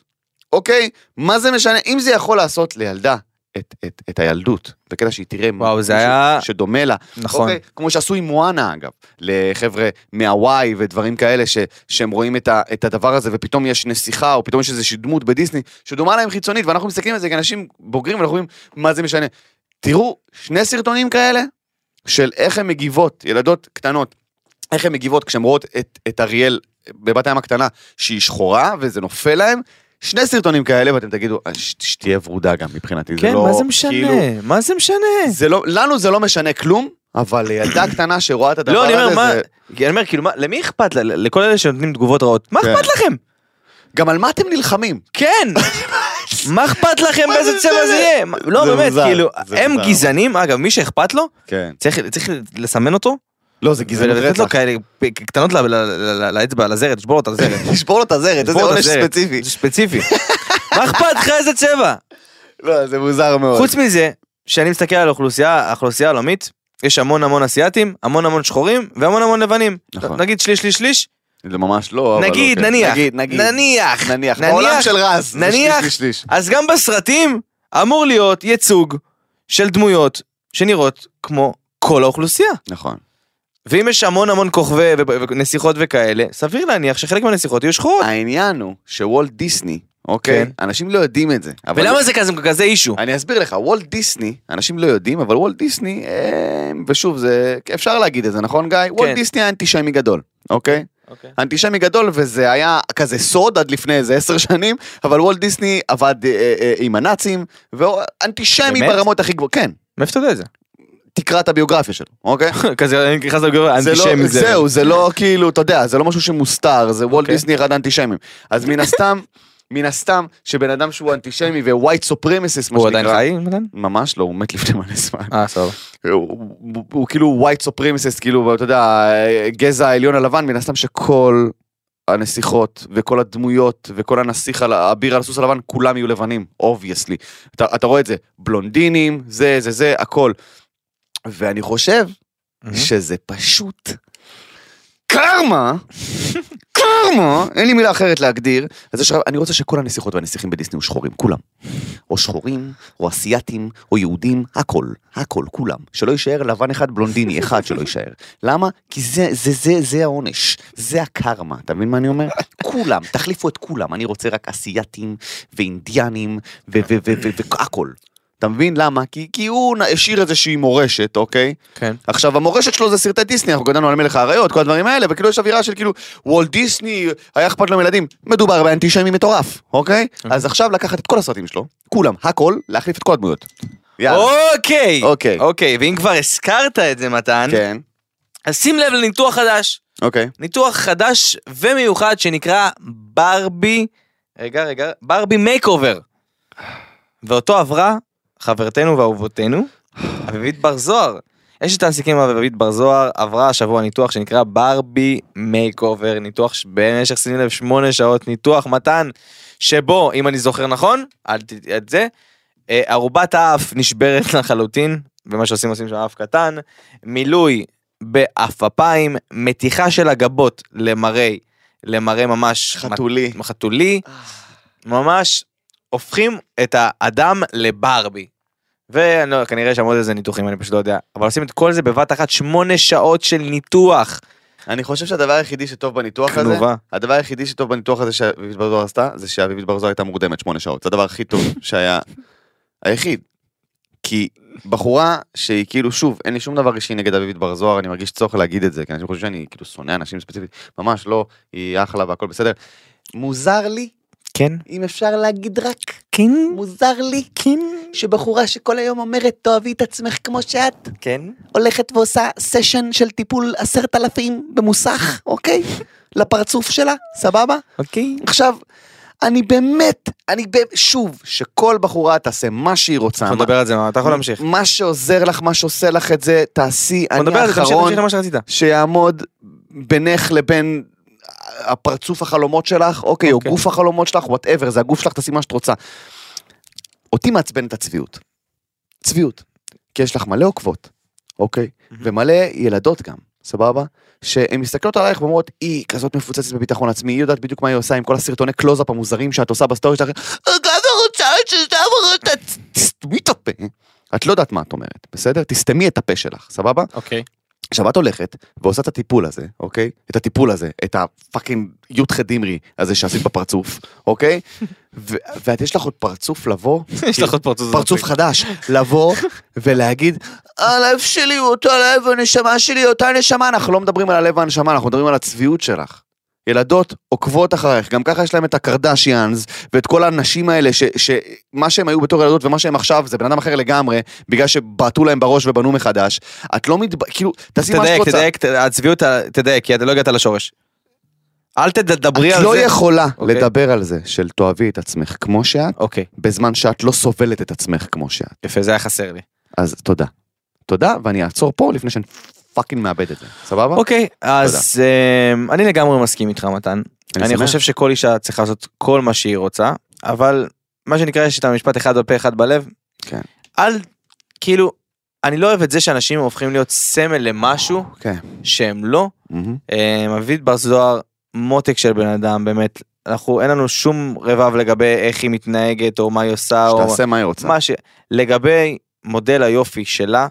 אוקיי? מה זה משנה? אם זה יכול לעשות לילדה את, את, את הילדות, בקטע שהיא תראה וואו, זה מישהו היה- שדומה לה, נכון. אוקיי? כמו שעשו עם מואנה אגב, לחבר'ה מהוואי ודברים כאלה, ש, שהם רואים את, ה, את הדבר הזה ופתאום יש נסיכה, או פתאום יש איזושהי דמות בדיסני שדומה להם חיצונית, ואנחנו מסתכלים על זה כאנשים בוגרים, ואנחנו אומרים, מה זה משנה? תראו, שני סרטונים כאלה, של איך הן מגיבות, ילדות קטנות, איך הן מגיבות כשהן רואות את, את אריאל בבת הים הקטנה, שהיא שחורה וזה נופל להם, שני סרטונים כאלה ואתם תגידו, "אה, "ש- שתהיה ורודה גם מבחינתי, כן, זה לא, מה זה משנה? כאילו, מה זה משנה? זה לא, לנו זה לא משנה כלום, אבל (coughs) לילדה קטנה שרואה את הדבר לא, אני הזה, אומר, מה... זה... אני אומר, כאילו, מה- למי אכפת? ל- ל- לכל אלה שנותנים תגובות רעות. מה כן. אכפת לכם? גם על מה אתם נלחמים? (laughs) כן! מה אכפת לכם מה באיזה זה צבע זה משנה? יהיה? מה- לא, זה באמת, מוזר, כאילו, זה הם מוזר. גזענים, אגב, מי שאכפת לו, כן. צריך צריך לסמן אותו. לא, זה גזענות ולתת לו רצח. כאלה פ- קטנות ל- ל- ל- ל- לאצבע, לזרת, לשבור לו את הזרת. (laughs) לשבור לו את הזרת, איזה לשבור לו את עונש הזרת. ספציפי. זה ספציפי. (laughs) מה אכפת לך איזה צבע? לא, זה מוזר מאוד. חוץ מזה, שאני מסתכל על האוכלוסייה, האוכלוסייה העולמית, יש המון המון אסייתים, המון המון שחורים והמון המון לבנים. נכון. נגיד שליש, שליש, שליש, זה ממש לא, אבל... נגיד, אוקיי. נניח, נגיד, נגיד. נניח, נניח. בעולם של רז. זה נניח, שליש, שליש, שליש. אז גם בסרטים אמור להיות ייצוג של דמויות שנראות כמו כל האוכלוסייה. (laughs) נכון. ואם יש המון המון כוכבי ו- ונסיכות וכאלה, סביר להניח שחלק מהנסיכות יהיו אה, שחורות. העניין הוא שוולט דיסני, אוקיי? כן. אנשים לא יודעים את זה. אה, אבל- ולמה זה כזה כזה אישו? אני אסביר לך, וולט דיסני, אנשים לא יודעים, אבל וולט דיסני, אה, ושוב, זה, אפשר להגיד את זה, נכון גיא? כן. וולט דיסני היה אנטישמי גדול, אוקיי? אנטישמי גדול, וזה היה כזה סוד עד לפני איזה עשר שנים, אבל וולט דיסני עבד אה, אה, אה, עם הנאצים, ואנטישמי באמת? ברמות הכי גבוהות, כן, מאיפה אתה יודע את זה? (laughs) תקרא את הביוגרפיה שלו, אוקיי? כזה, אני נכנס לגבי זה לא- אנטישמי זה. זהו, זה לא כאילו, אתה יודע, זה לא משהו שמוסתר, זה וולט אוקיי. דיסני אחד האנטישמים. אז מן הסתם, מן הסתם שבן אדם שהוא אנטישמי ווייט סופרמסיס, מה הוא עדיין שנקרא- חי? עדיין? ממש לא, הוא מת לפני מלא זמן. אה, סבבה. הוא, הוא, הוא כאילו white supremacist, כאילו, אתה יודע, גזע העליון הלבן, מן הסתם שכל הנסיכות וכל הדמויות וכל הנסיך על האביר על הסוס הלבן, כולם יהיו לבנים, אובייסלי. אתה, אתה רואה את זה, בלונדינים, זה, זה, זה, הכל. ואני חושב שזה פשוט קרמה, קרמה, אין לי מילה אחרת להגדיר. אז יש, אני רוצה שכל הנסיכות והנסיכים בדיסני יהיו שחורים, כולם. או שחורים, או אסייתים, או יהודים, הכל, הכל, כולם. שלא יישאר לבן אחד בלונדיני אחד שלא יישאר. למה? כי זה, זה, זה, זה העונש. זה הקרמה, אתה מבין מה אני אומר? כולם, תחליפו את כולם, אני רוצה רק אסייתים, ואינדיאנים, והכל. אתה מבין למה? כי, כי הוא נ- השאיר איזושהי מורשת, אוקיי? כן. עכשיו המורשת שלו זה סרטי דיסני, אנחנו גדלנו על מלך האריות, כל הדברים האלה, וכאילו יש אווירה של כאילו וולט דיסני, היה אכפת לו מילדים, מדובר באנטישמי מטורף, אוקיי? אז עכשיו לקחת את כל הסרטים שלו, כולם, הכל, להחליף את כל הדמויות. יאללה. אוקיי. אוקיי. אוקיי, ואם כבר הזכרת את זה, מתן, כן, אז שים לב לניתוח חדש. אוקיי. ניתוח חדש ומיוחד שנקרא ברבי, רגע, רגע, ברבי מייק-אובר. ואותו עברה חברתנו ואהובותינו, אביבית בר זוהר. אשת העסקים אביבית בר זוהר עברה השבוע ניתוח שנקרא ברבי מייק-אובר, ניתוח ש- במשך שימי לב שמונה שעות, ניתוח מתן, שבו, אם אני זוכר נכון, אל ת- את זה, אה, ערובת האף נשברת לחלוטין, ומה שעושים עושים שם אף קטן, מילוי בעפעפיים, מתיחה של הגבות למראה, למראה ממש חתולי. חתולי, אה. ממש הופכים את האדם לברבי. ואני לא, כנראה שם עוד איזה ניתוחים, אני פשוט לא יודע. אבל עושים את כל זה בבת אחת שמונה שעות של ניתוח. אני חושב שהדבר היחידי שטוב בניתוח הזה, כנובה. הדבר היחידי שטוב בניתוח הזה שאביבית בר זוהר עשתה, זה שאביבית בר זוהר הייתה מורדמת שמונה שעות. זה הדבר הכי טוב שהיה, היחיד. כי בחורה שהיא כאילו, שוב, אין לי שום דבר אישי נגד אביבית בר זוהר, אני מרגיש צורך להגיד את זה, כי אנשים חושבים שאני כאילו שונא אנשים ספציפית, ממש לא, היא אחלה והכל בסדר. מוזר לי, כן? אם אפשר להגיד רק, כן? מוזר לי, כן? שבחורה שכל היום אומרת תאהבי את עצמך כמו שאת, כן? הולכת ועושה סשן של טיפול עשרת אלפים במוסך, אוקיי? לפרצוף שלה, סבבה? אוקיי. עכשיו, אני באמת, אני באמת, שוב, שכל בחורה תעשה מה שהיא רוצה. אנחנו נדבר על זה, מה? אתה יכול להמשיך. מה שעוזר לך, מה שעושה לך את זה, תעשי. אנחנו אני נדבר על זה, תמשיך, האחרון תמשיך למה שרצית. שיעמוד בינך לבין הפרצוף החלומות שלך, אוקיי, או אוקיי. גוף החלומות שלך, וואטאבר, זה הגוף שלך, תעשי מה שאת רוצה. אותי מעצבנת הצביעות. צביעות. כי יש לך מלא עוקבות, אוקיי? ומלא ילדות גם, סבבה? שהן מסתכלות עלייך ואומרות, היא כזאת מפוצצת בביטחון עצמי, היא יודעת בדיוק מה היא עושה עם כל הסרטוני קלוזאפ המוזרים שאת עושה בסטורי שלך, גם רוצה שזה אמרת, תסתמי את הפה. את לא יודעת מה את אומרת, בסדר? תסתמי את הפה שלך, סבבה? אוקיי. עכשיו את הולכת ועושה את הטיפול הזה, אוקיי? את הטיפול הזה, את הפאקינג י"ח דמרי הזה שעשית בפרצוף, (laughs) אוקיי? ו- ואת יש לך עוד פרצוף לבוא, יש לך עוד פרצוף. פרצוף חדש, (laughs) לבוא ולהגיד, הלב שלי הוא אותו לב, הנשמה שלי אותה נשמה, אנחנו לא מדברים על הלב והנשמה, אנחנו מדברים על הצביעות שלך. ילדות עוקבות אחריך, גם ככה יש להם את הקרדשיאנס ואת כל הנשים האלה ש- שמה שהם היו בתור ילדות ומה שהם עכשיו זה בן אדם אחר לגמרי, בגלל שבעטו להם בראש ובנו מחדש. את לא מתב... כאילו, תעשי מה שאת תדייק, רוצה. תדייק, ת- הצביעות, ה- תדייק, כי אתה לא הגעת לשורש. אל תדברי על את לא זה. יכולה אוקיי. לדבר על זה של תאהבי את עצמך כמו שאת, אוקיי, בזמן שאת לא סובלת את עצמך כמו שאת. יפה, זה היה חסר לי. אז תודה. תודה, ואני אעצור פה לפני שאני פאקינג מאבד את זה, סבבה? אוקיי, אז אמ, אני לגמרי מסכים איתך, מתן. אני אני שמח. חושב שכל אישה צריכה לעשות כל מה שהיא רוצה, אבל מה שנקרא יש את המשפט אחד בפה אחד בלב. כן. אל, כאילו, אני לא אוהב את זה שאנשים הופכים להיות סמל למשהו אוקיי. שהם לא. מהמם. אמ, אביבית בר זוהר, מותק של בן אדם, באמת, אנחנו, אין לנו שום רבב לגבי איך היא מתנהגת או מה היא עושה. או... שתעשה מה היא רוצה. מה ש... לגבי מודל היופי שלה,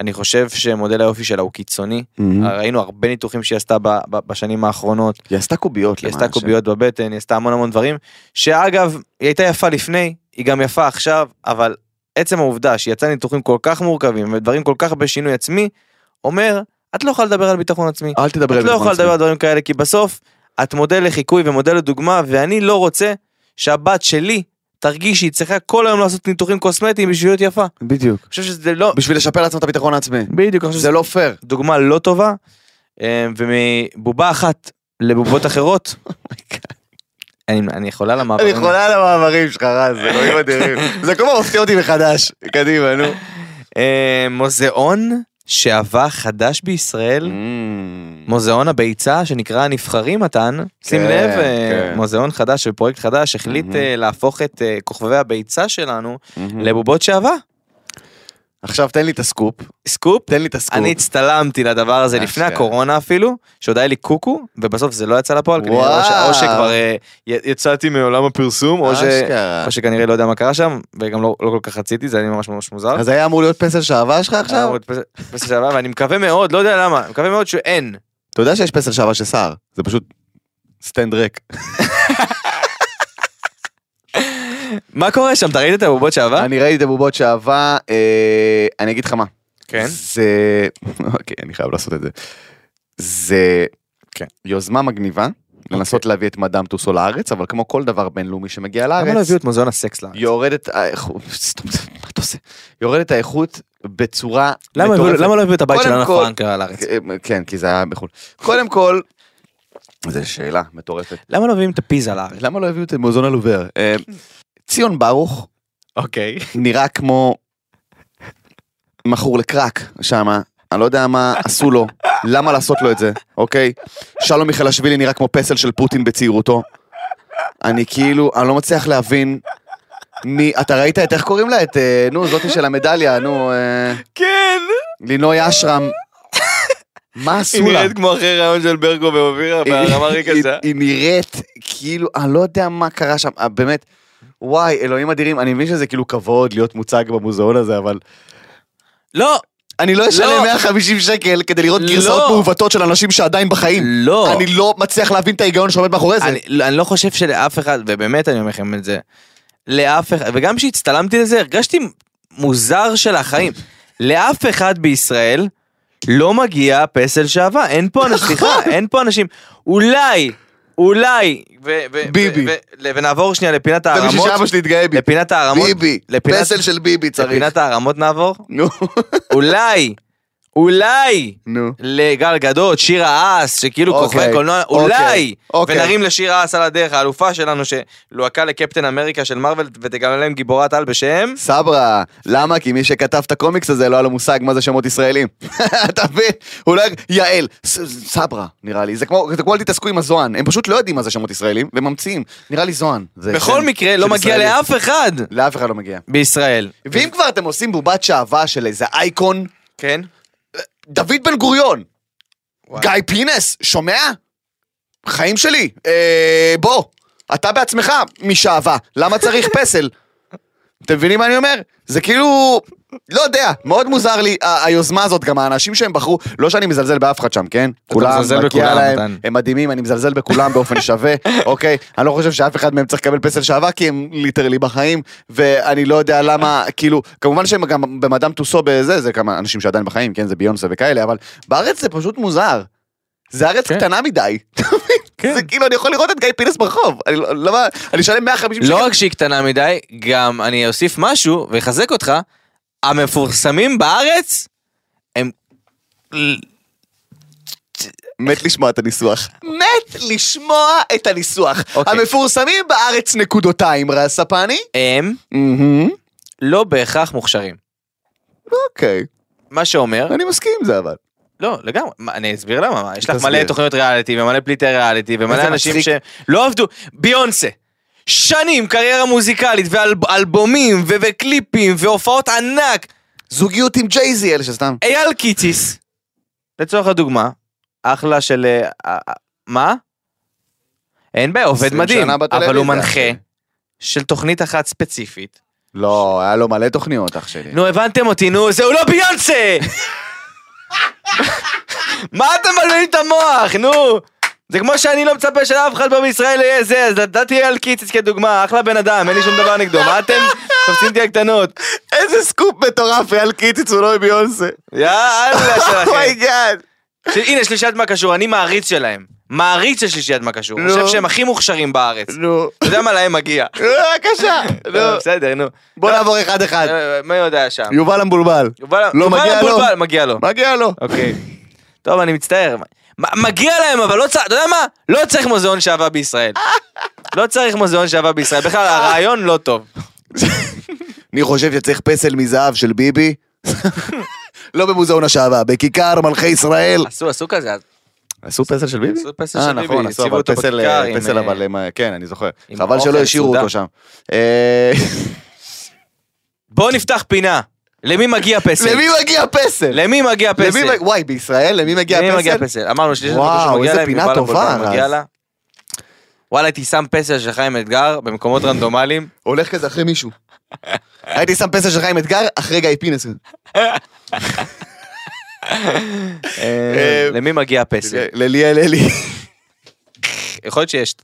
אני חושב שמודל היופי שלה הוא קיצוני. מהמם. ראינו הרבה ניתוחים שהיא עשתה ב- ב- בשנים האחרונות. היא עשתה קוביות היא למען עשתה השם. קוביות בבטן, היא עשתה המון המון דברים, שאגב, היא הייתה יפה לפני, היא גם יפה עכשיו, אבל עצם העובדה שהיא יצאה ניתוחים כל כך מורכבים ודברים כל כך בשינוי עצמי, אומר, את לא יכולה לדבר על ביטחון עצמי. אל תדברי את על לא יכולה עצמי. לדבר על דברים כאלה, כי בסוף את מודל לחיקוי ומודל לדוגמה, ואני לא רוצה שהבת שלי תרגיש שהיא צריכה כל היום לעשות ניתוחים קוסמטיים בשביל להיות יפה. אני בדיוק. חושב שזה לא... בשביל לשפר לעצמם את הביטחון העצמי. בדיוק, אני חושב זה לא פייר. דוגמה לא (laughs) טובה, אה, ומבובה אחת לבובות אחרות, אני, אני יכולה Oh אני למעברים. חולה על המעברים שלך, רז, זה אלוהים אדירים. זה כל פעם מפתיע אותי מחדש. קדימה, נו. אה, מוזיאון שעבה חדש Mm. בישראל. מוזיאון הביצה שנקרא הנבחרים מתן, שים כן, לב, אה, כן. מוזיאון חדש ופרויקט חדש החליט מהמם. אה, להפוך את אה, כוכבי הביצה שלנו מהמם. לבובות שעבה. עכשיו תן לי את הסקופ. סקופ, תן לי את הסקופ. אני הצטלמתי לדבר הזה לפני אה, אשכרה. הקורונה אפילו, שעוד היה לי קוקו, ובסוף זה לא יצא לפועל, כנראה, או ש- וואו. או שכבר אה, י- יצאתי מעולם הפרסום, או ש- אשכרה. או שכנראה לא יודע מה קרה שם, וגם לא לא כל כך רציתי, זה היה לי ממש ממש מוזר. אז היה אמור להיות פסל שעבה שלך היה עכשיו? אה, עוד פס- פס שעבה, ואני מקווה מאוד, לא יודע למה, מקווה מאוד שאין. אתה יודע שיש פסל שעבה של שר, זה פשוט סטנד ריק. מה קורה שם, אתה ראית את הבובות שעבה? אני ראיתי את הבובות שעבה, אה, אני אגיד לך מה. כן. זה... (laughs) אוקיי, אני חייב לעשות את זה. זה כן. יוזמה מגניבה, לנסות להביא את מאדם טוסו לארץ, אבל כמו כל דבר בינלאומי שמגיע לארץ, למה לא הביאו את מוזיאון הסקס לארץ? יורדת האיכות, סתום, מה אתה עושה? יורדת האיכות בצורה למה הביאו- מטורפת. למה לא הביאו את הבית קודם של אנה כל- פרנקה לארץ? כן, כי זה היה בחו"ל. קודם כל, זו שאלה מטורפת. למה לא מביאים את הפיזה לארץ? למה לא הביאו את מוזיאון הלובר? אה, ציון ברוך אוקיי. נראה כמו מכור לקרק שמה. אני לא יודע מה עשו לו, למה לעשות לו את זה, אוקיי? שלום מיכלשווילי נראה כמו פסל של פוטין בצעירותו. אני כאילו, אני לא מצליח להבין מי, אתה ראית את, איך קוראים לה? את, אה, נו, זאתי של המדליה, נו, אה, כן! לינוי אשרם. מה היא עשו לה? נראית כמו אחרי רעיון של ברגו ואובירה ברמה הכי היא- קשה. היא נראית כאילו, אני לא יודע מה קרה שם, אה, באמת, וואי, אלוהים אדירים, אני מבין שזה כאילו כבוד להיות מוצג במוזיאון הזה, אבל לא! אני לא אשלם לא. 150 שקל כדי לראות לא. גרסאות מעוותות של אנשים שעדיין בחיים. לא! אני לא מצליח להבין את ההיגיון שעומד מאחורי זה. אני, לא- אני לא חושב שלאף אחד, ובאמת אני אומר לכם את זה, לאף אחד, וגם כשהצטלמתי לזה הרגשתי מוזר של החיים. לאף אחד בישראל לא מגיע פסל שעבה, אין פה אנשים, סליחה, אין פה אנשים. אולי, אולי, ו- ו- ביבי. ו- ו- ונעבור שנייה לפינת זה בשביל הערמות, שאבא שלי יתגאה בי. לפינת הערמות, ביבי, לפינת- פסל של ביבי צריך. לפינת הערמות נעבור, נו, (laughs) אולי, אולי, נו. לגל גדות, שיר האס, שכאילו אוקיי, כוכבי קולנוע, אוקיי, אולי, אוקיי. ונרים לשיר האס על הדרך, האלופה שלנו שלוהקה לקפטן אמריקה של מארוול ותגלה להם גיבורת על בשם, סברה, למה? כי מי שכתב את הקומיקס הזה לא היה לו מושג מה זה שמות ישראלים. (laughs) אתה מבין? אולי יעל, ס- סברה נראה לי, זה כמו זה כמו אל תתעסקו עם הזוהן, הם פשוט לא יודעים מה זה שמות ישראלים, והם ממציאים, נראה לי זוהן. זה בכל שם מקרה לא של מגיע ישראלי. לאף אחד לאף אחד לא מגיע. בישראל. ואם כבר אתם עושים בובת שעווה של איזה אייקון, כן? דוד בן גוריון, וואי. גיא פינס, שומע? חיים שלי, אה, בוא, אתה בעצמך משעווה, למה צריך פסל? אתם מבינים מה אני אומר? זה כאילו, לא יודע, מאוד מוזר לי ה- היוזמה הזאת, גם האנשים שהם בחרו, לא שאני מזלזל באף אחד שם, כן? כולם, מזלזל מגיע בכולם, להם, מתן. הם מדהימים, אני מזלזל בכולם באופן (laughs) שווה, אוקיי? אני לא חושב שאף אחד מהם צריך לקבל פסל שעווה, כי הם ליטרלי בחיים, ואני לא יודע למה, כאילו, כמובן שהם גם במדאם טוסו בזה, זה כמה אנשים שעדיין בחיים, כן? זה ביונסה וכאלה, אבל בארץ זה פשוט מוזר. זה ארץ כן. קטנה מדי. כן. זה כאילו, אני יכול לראות את גיא פינס ברחוב, אני לא- למה, אני אשלם 150 שקל. לא רק שהיא קטנה מדי, גם אני אוסיף משהו ואחזק אותך, המפורסמים בארץ הם... מת לשמוע את הניסוח. מת לשמוע את הניסוח. אוקיי. המפורסמים בארץ נקודותיים, רז ספני. הם לא בהכרח מוכשרים. אוקיי, מה שאומר, אני מסכים עם זה אבל. לא, לגמרי, מה, אני אסביר למה, מה, יש לך תסביר. מלא תוכניות ריאליטי ומלא פליטי ריאליטי ומלא איזה אנשים מצחיק. שלא עבדו, ביונסה, שנים קריירה מוזיקלית ואלבומים וקליפים והופעות ענק, זוגיות עם ג'ייזי אלה שסתם. אייל קיציס, לצורך הדוגמה, אחלה של, אה, אה, אה, מה? אין בעיה, עובד 20 מדהים, שנה אבל בטלוויזיה, הוא מנחה אחי. של תוכנית אחת ספציפית. לא, היה לו מלא תוכניות אח שלי. נו, הבנתם אותי, נו, זהו לא ביונסה! מה אתם מבלבלים את המוח, נו? זה כמו שאני לא מצפה שלאף אחד פה בישראל יהיה זה, אז נתתי על קיציס כדוגמה, אחלה בן אדם, אין לי שום דבר נגדו, מה אתם תופסים אותי על קטנות? איזה סקופ מטורף, אייל קיציץ הוא לא עם ביונסה. (laughs) Oh יאללה שלכם. אומייגאד. ש- הנה, שלישיית מה קשור, אני מעריץ שלהם. מעריץ של שלישיית מה קשור, אני נו. חושב שהם הכי מוכשרים בארץ. נו. אתה יודע מה, להם מגיע. אה, בבקשה. טוב, נו. לא, בסדר, נו. בוא נעבור אחד אחד. אה, מי יודע שם? יובל המבולבל. יובל לא, יובל מגיע לו. המבולבל, מגיע לו. מגיע לו. אוקיי. טוב, אני מצטער. מ- מגיע להם, אבל לא צריך, אתה יודע מה? לא צריך מוזיאון שעבה בישראל. לא צריך מוזיאון שעבה בישראל, בכלל הרעיון לא טוב. אני חושב שצריך פסל מזהב של ביבי. לא במוזיאון השעווה, בכיכר מלכי ישראל. עשו, עשו כזה, אז עשו פסל של ביבי? עשו פסל אה, של ביבי, נכון, עשו הציבו אבל אותו פסל, בכיכר עם, פסל אה, אבל הם, אה, כן, אני זוכר. עם חבל אוכל, שלא השאירו סעודה. אותו שם. אה, בואו נפתח פינה. למי מגיע (laughs) פסל? למי מגיע פסל? למי מגיע פסל? למי מג- וואי, בישראל? למי מגיע למי מגיע פסל? פסל? אמרנו שיש לנו וואו, מישהו שמגיע איזה להם, פינה יובל טובה, אבולטל רז. מגיע לה. וואלה, הייתי שם פסל של חיים אתגר במקומות רנדומליים. הולך כזה אחרי (laughs) מישהו. הייתי שם פסל של חיים אתגר אחרי גיא פינס. אה, למי מגיע פסל? לליאל אלי. יכול להיות שיש.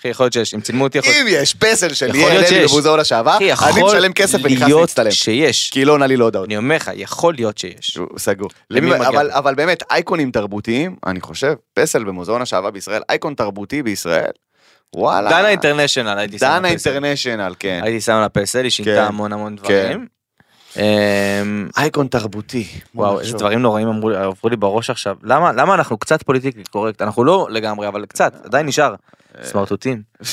אחי, יכול להיות שיש. אם צילמו אותי, יכול אם יש פסל של יכול ליאל להיות אלי שיש. במוזיאון השעווה, אחי, אני יכול משלם כסף ונכנס להיות להצטלם. שיש. כי לא עונה לי להודעות. אני אומר לך, יכול להיות שיש. הוא סגור. למי למי- מגיע? אבל- אבל באמת, אייקונים תרבותיים, אני חושב, פסל במוזיאון השעווה בישראל, אייקון תרבותי בישראל, וואלה. דנה אינטרנשיונל, הייתי שם דנה לה פסל. אינטרנשיונל, כן. הייתי שם לה פסל, היא שינתה כן. המון המון דברים. אמ, אייקון תרבותי. וואו, איזה דברים נוראים אמרו לי- עברו לי בראש עכשיו. למה למה אנחנו קצת פוליטיקלי קורקט? אנחנו לא לגמרי, אבל קצת, עדיין נשאר. אה. (laughs) סמרטוטים. אתה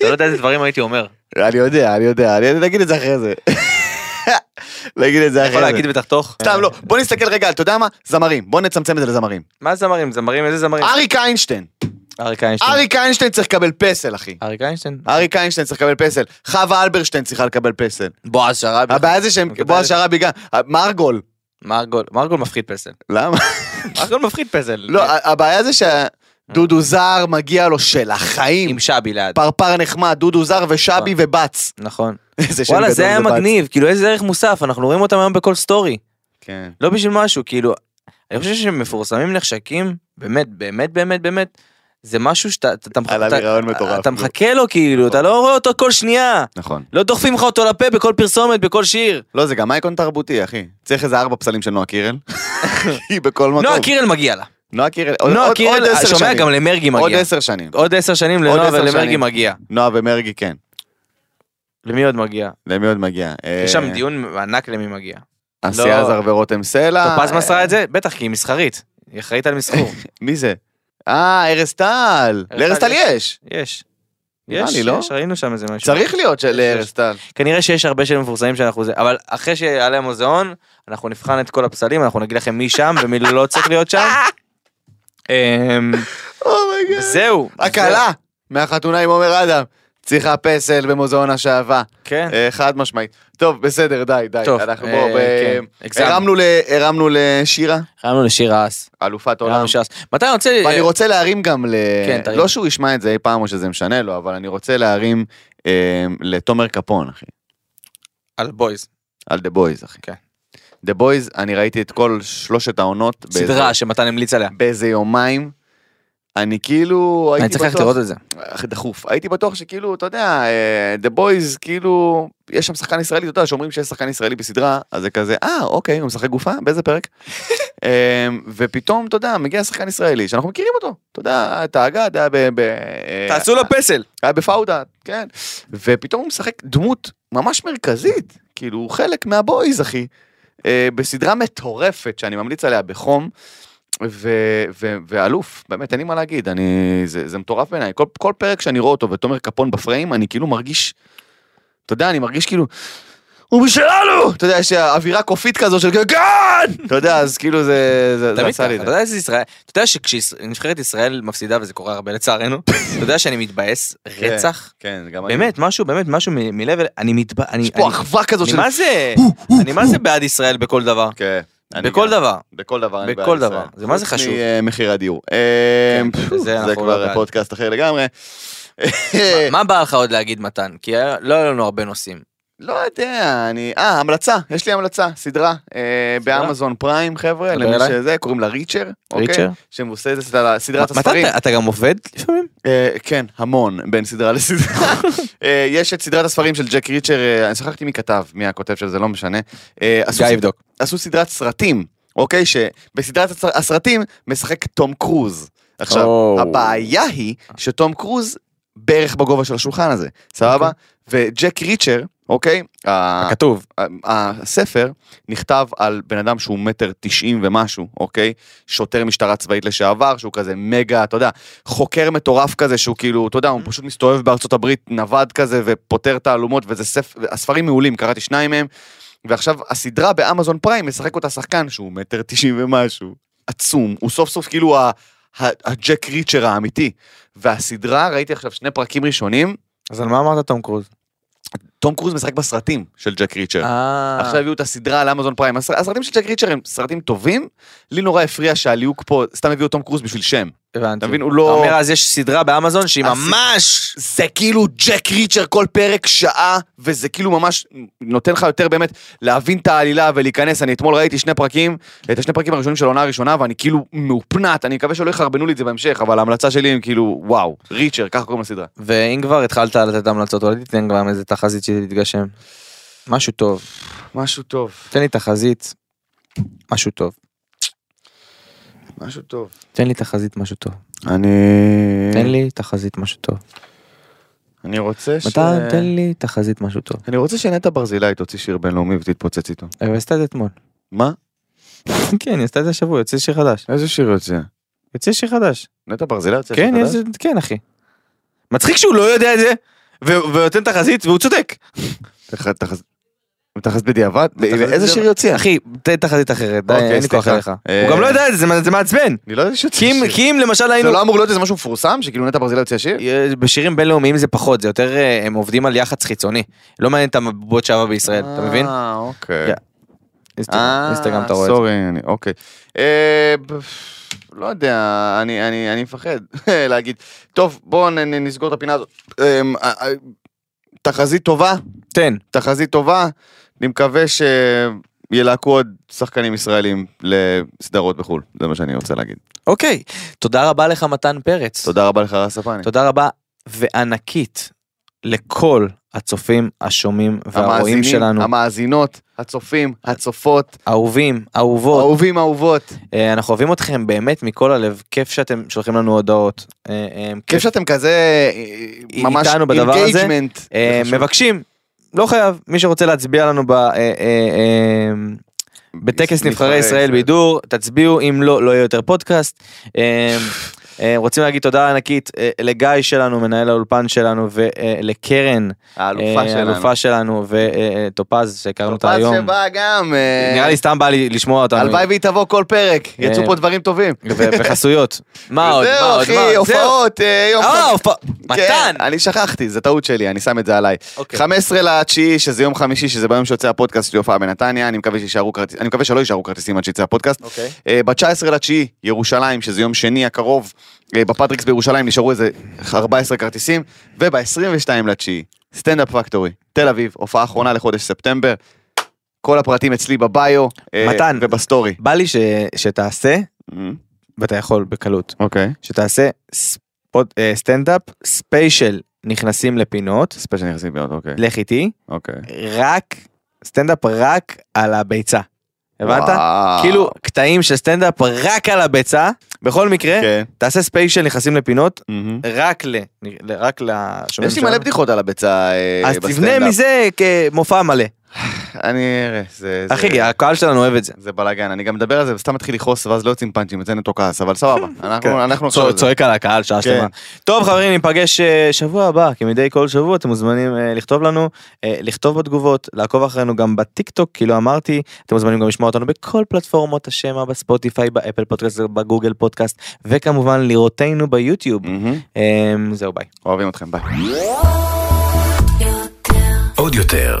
לא יודע איזה דברים הייתי אומר. אני יודע, אני יודע, אני נגיד את זה אחרי זה. (laughs) נגיד את זה יכול אחרי להגיד זה. ותחתוך? סתם לא, בוא נסתכל רגע, אתה יודע מה? זמרים, בוא נצמצם את זה לזמרים. מה זמרים? זמרים? איזה זמרים? אריק איינשטיין, אריק איינשטיין. אה, אריק איינשטיין צריך לקבל פסל, אחי. אריק איינשטיין? אריק איינשטיין צריך לקבל פסל, חווה אלברשטיין צריכה לקבל פסל. בועז שרבי. הבעיה זה שהם, מקבל. בועז שרבי גם, מרגול. מרגול, מרגול מפחיד פסל. למה? מרגול מפחיד פסל. לא, ה- הבעיה זה שדודו זר מגיע לו של החיים. אה. עם שבי ליד. פרפר נחמד, דודו זר ושבי ובץ. (laughs) נכון. איזה שם וואלה גדול זה היה בץ. מגניב, כאילו איזה ערך מוסף, אנחנו רואים אותם היום בכל סטורי. כן. לא בשביל משהו, כאילו, אני חושב שהם מפורסמים נחשקים, באמת, באמת, באמת, באמת, זה משהו שאתה אתה- אתה- עלה לי אתה- רעיון מטורף, אתה נו. מחכה לו כאילו, אתה לא רואה אותו כל שנייה. נכון. לא דוחפים לך אותו לפה בכל פרסומת, בכל שיר. לא, זה גם אייקון תרבותי, אחי. צריך איזה ארבע פסלים של נועה (laughs) קירל. היא בכל מקום. נועה קירל מגיע לה. נועה קירל. עוד- נועה עוד- עוד קירל, עשר שומע שנים. גם למרגי עוד מגיע. עשר שנים. עוד עשר שנים לנועה עשר ולמרגי שנים. מגיע. נועה ומרגי, כן. למי עוד מגיע? למי עוד מגיע? יש אה, שם דיון ענק למי מגיע. אסי לא. עזר ורותם סלע. טופז אה, מסרה את זה? בטח, כי היא מסחרית. היא אחראית על מסחור. מי זה? אה, ארז טל. טל לארז טל יש. יש. נראה יש, לי, לא? יש, ראינו שם איזה משהו. צריך להיות של יש, ארז טל. כנראה שיש הרבה של מפורסמים שאנחנו זה, אבל אחרי שיעלה המוזיאון, אנחנו נבחן את כל הפסלים, אנחנו נגיד לכם מי שם ומי לא צריך (laughs) להיות שם. אמ, אומייגאד. זהו. Oh הקלה מהחתונה עם עומר אדם. צריכה פסל במוזיאון השעווה. כן. אה, חד משמעית. טוב, בסדר, די, די. טוב, אנחנו אה, בוא, ב- כן, הגזמנו. הרמנו ל- הרמנו לשירה, חייבנו לשיר האס. אלופת חייבנו עולם. לשיר האס. מתי אני רוצה... אה, ואני רוצה להרים גם ל... כן, תרים. לא שהוא ישמע את זה אי פעם או שזה משנה לו, אבל אני רוצה להרים אה, לתומר קפון, אחי. על בויז. על דה בויז, אחי. כן. דה בויז, אני ראיתי את כל שלושת העונות. באיזה- סדרה שמתן המליץ עליה. באיזה יומיים. אני כאילו אני הייתי צריך בטוח... ללכת לראות את זה. אה, דחוף. הייתי בטוח שכאילו, אתה יודע, אה, The Boys, כאילו, יש שם שחקן ישראלי, אתה יודע, שאומרים שיש שחקן ישראלי בסדרה, אז זה כזה, אה, אוקיי, הוא משחק גופה? באיזה (laughs) פרק? אה, ופתאום, אתה יודע, מגיע שחקן ישראלי, שאנחנו מכירים אותו, אתה יודע, את האגד, היה ב... ב- אה, תעשו לו פסל. היה בפאודה, כן. ופתאום הוא משחק דמות ממש מרכזית, כאילו, הוא חלק מהבויז, אחי. אה, בסדרה מטורפת שאני ממליץ עליה בחום. ו- ו- ואלוף, באמת, אין לי מה להגיד, אני, זה, זה מטורף בעיניי. כל, כל פרק שאני רואה אותו ותומר קפון בפריים, אני כאילו מרגיש, אתה יודע, אני מרגיש כאילו, הוא משלנו! אתה יודע, יש אווירה קופית כזו של גאד! אתה יודע, אז כאילו זה, זה, זה תמיד עשה ככה, לי אתה את זה. יודע איזה ישראל, אתה יודע שכשנבחרת ישראל מפסידה וזה קורה הרבה לצערנו, אתה יודע שאני מתבאס רצח, כן, גם אני. באמת משהו באמת משהו מ- מלב, אל- אני מתבאס, אני, יש פה אני- אחווה כזו אני של... מה זה, אני מה זה בעד ישראל בכל דבר, כן. אני בכל גם. דבר, בכל דבר. אני בכל בעד דבר. ישראל. זה מה זה חוץ חשוב? ממחיר הדיור. אה, כן, פפו, זה זה אנחנו לא כבר בעד. פודקאסט אחר לגמרי. אה, מה בא לך עוד להגיד מתן, כי היה- לא היה לנו הרבה נושאים, לא יודע, אני... אה, המלצה, יש לי המלצה, סדרה, אה, סדרה? באמזון פריים, חבר'ה, דבר למי אליי. שזה, קוראים לה ריצ'ר, אוקיי? ריצ'ר? שמבוססת על סדרת מתן, הספרים. אתה- אתה גם עובד לפעמים, אה, כן, המון, בין סדרה לסדרה. (laughs) אה, יש את סדרת הספרים של ג'ק ריצ'ר, אה, אני שכחתי מי כתב, מי הכותב של זה, לא משנה. אה, עשו גיא סד- יבדוק, עשו סדרת סרטים, אוקיי? שבסדרת הסר- הסרטים משחק תום קרוז. עכשיו, או. הבעיה היא שתום קרוז בערך בגובה של השולחן הזה, סבבה? וג'ק ריצ'ר, אוקיי? ה- כתוב. הספר נכתב על בן אדם שהוא מטר תשעים ומשהו, אוקיי? שוטר משטרה צבאית לשעבר, שהוא כזה מגה, אתה יודע, חוקר מטורף כזה, שהוא כאילו, אתה יודע, הוא פשוט מסתובב בארצות הברית, נווד כזה, ופותר תעלומות, וזה ספר, הספרים מעולים, קראתי שניים מהם, ועכשיו הסדרה באמזון פריים משחק אותה שחקן שהוא מטר תשעים ומשהו, עצום, הוא סוף סוף כאילו ה- ה- הג'ק ריצ'ר האמיתי, והסדרה, ראיתי עכשיו שני פרקים ראשונים, אז על מה אמרת תום קרוז? תום קרוז משחק בסרטים של ג'ק ריצ'ר. אה. עכשיו הביאו את הסדרה על אמזון פריים. הסר- הסרטים של ג'ק ריצ'ר הם סרטים טובים, לי נורא הפריע שהליהוק פה, סתם הביאו טום קרוז בשביל שם. הבנתי. אתה מבין, הוא לא- אתה אומר, אז יש סדרה באמזון שהיא הס- ממש... זה כאילו ג'ק ריצ'ר כל פרק שעה, וזה כאילו ממש נותן לך יותר באמת להבין את העלילה ולהיכנס. אני אתמול ראיתי שני פרקים, את השני פרקים הראשונים של העונה הראשונה, ואני כאילו מאופנת, אני מקווה שלא יחרבנו לי את זה בהמשך, אבל ההמלצה שלי הם כאילו, וואו, ריצ'ר, ככה קוראים לסדרה. ואם כבר התחלת לתת המלצות, אולי תיתן גם איזה תחזית שתתגשם. משהו טוב. משהו טוב, תן לי תחזית, משהו טוב. משהו טוב. תן לי תחזית, משהו טוב. אני... תן לי תחזית, משהו טוב. אני רוצה ש... מתן, תן לי תחזית, משהו טוב. אני רוצה שנטע ברזילי תוציא שיר בינלאומי ותתפוצץ איתו. אבל עשתה אה, את זה אתמול. מה? (laughs) כן, היא עשתה את זה השבוע, יוצא שיר חדש. איזה שיר יוצא? יוצא שיר חדש. נטע ברזילי יוצא כן, שיר יש- כן, אחי. מצחיק שהוא לא יודע את זה, ו- ונותן תחזית, והוא צודק. חדש? תחז- תחז בדיעבד? איזה בדיעבד. שיר יוצא? אחי, תן תחזית אחרת, די, אוקיי, אין לי כוח סליחה. אליך. אה, הוא גם לא יודע את זה, זה- זה מעצבן. אני לא יודע שיוצא כי אם- שיר. כי אם למשל זה היינו... לא אמור להיות איזה משהו מפורסם? שכאילו נטע ברזילי יוצא שיר? בשירים בינלאומיים זה פחות, זה יותר, אה, הם עובדים על יח"צ חיצוני. לא מעניין את הבוט שעבר בישראל, אתה מבין? אה, אוקיי. אה, יא, אינסטגרם, אינסטגרם אתה רואה את זה. סורי, אני- אוקיי. אה, ב- לא יודע, אני- אני אני מפחד (laughs) להגיד. טוב, בואו נסגור את הפינה הזאת. אה, אה, אה, תחזית טובה, תן. תחזית טובה. אני מקווה שילהקו עוד שחקנים ישראלים לסדרות בחו"ל. זה מה שאני רוצה להגיד. אוקיי, תודה רבה לך מתן פרץ. תודה רבה לך, רס הפני. תודה רבה וענקית לכל הצופים, השומעים והרועים המאזינים, שלנו. המאזינות, הצופים, הצופות, אהובים, אהובות, אהובים, אהובות. אה, אנחנו אוהבים אתכם באמת מכל הלב, כיף שאתם שולחים לנו הודעות. אה, אה, כיף שאתם כזה אה, ממש איתנו בדבר הזה. engagement. אה, זה חשוב. מבקשים, לא חייב, מי שרוצה להצביע לנו ב... אה, אה, אה, בטקס נבחרי ישראל בידור, תצביעו, אם לא, לא יהיה יותר פודקאסט. אה, אה, רוצים להגיד תודה ענקית אה, לגיא שלנו, מנהל האולפן שלנו, אה, ולקרן, האלופה שלנו. אלופה אה, שלנו, וטופז שהכרנו אותה טופז היום. שבא גם. אה, נראה לי סתם בא לי לשמוע אותנו. הלוואי והיא תבוא כל פרק, יצאו אה, פה דברים טובים. ו- וחסויות. מה (laughs) עוד? מה זהו עוד? מה אחי, עוד? זהו. הופעות, אה, יום אה, חמישי. הופעה. כן, מתן! אני שכחתי, זה טעות שלי, אני שם את זה עליי. אוקיי. 15 לתשיעי, שזה יום חמישי, שזה ביום שיוצא הפודקאסט שלי הופעה בנתניה, אני מקווה שיישארו כרטיס- אני מקווה שלא יישארו כרטיסים עד שיצא הפודקאסט. אוקיי. אה, ב-19 לתשיעי, ירושלים, שזה יום שני הקרוב, אה, בפטריקס בירושלים נשארו איזה 14 כרטיסים, וב-22 לתשיעי, סטנדאפ פקטורי, תל אביב, הופעה אחרונה לחודש ספטמבר. כל הפרטים אצלי בביו, אה, מתן. ובסטורי. אה, בא לי ש- שתעשה, ואתה יכול בקלות, אוקיי. שתעשה ספוט- אה, סטנדאפ ספיישל נכנסים לפינות, ספיישל נכנסים להיות, אוקיי. לך איתי, אוקיי. רק, סטנדאפ רק על הביצה. הבנת? וואו. כאילו קטעים של סטנדאפ רק על הביצה, בכל מקרה, כן. תעשה ספיישל נכנסים לפינות, מהמם. רק ל... ל- רק לשומעים יש לי מלא בדיחות על הביצה אה, אז תבנה בסטנדאפ. מזה כמופע מלא. אני אראה. זה- זה- אחי, הקהל שלנו אוהב את זה. זה בלאגן, אני גם מדבר על זה וסתם מתחיל לכעוס ואז לא יוצאים פאנצ'ים, יוצא נטו כעס, אבל סבבה, אנחנו- אנחנו נחשוב על כן. צועק- זה. צועק על הקהל שעה כן. שלמה. טוב חברים, ניפגש אה, שבוע הבא, כמדי כל שבוע אתם מוזמנים אה, לכתוב לנו, אה, לכתוב בתגובות, לעקוב אחרינו גם בטיק טוק, כי לא אמרתי, אתם מוזמנים גם לשמוע אותנו בכל פלטפורמות השמע, בספוטיפיי, באפל פודקאסט, בגוגל פודקאסט, וכמובן לראותנו ביוטיוב. מהמם. אה, זהו ביי. אוהבים אתכם, ביי. עוד יותר,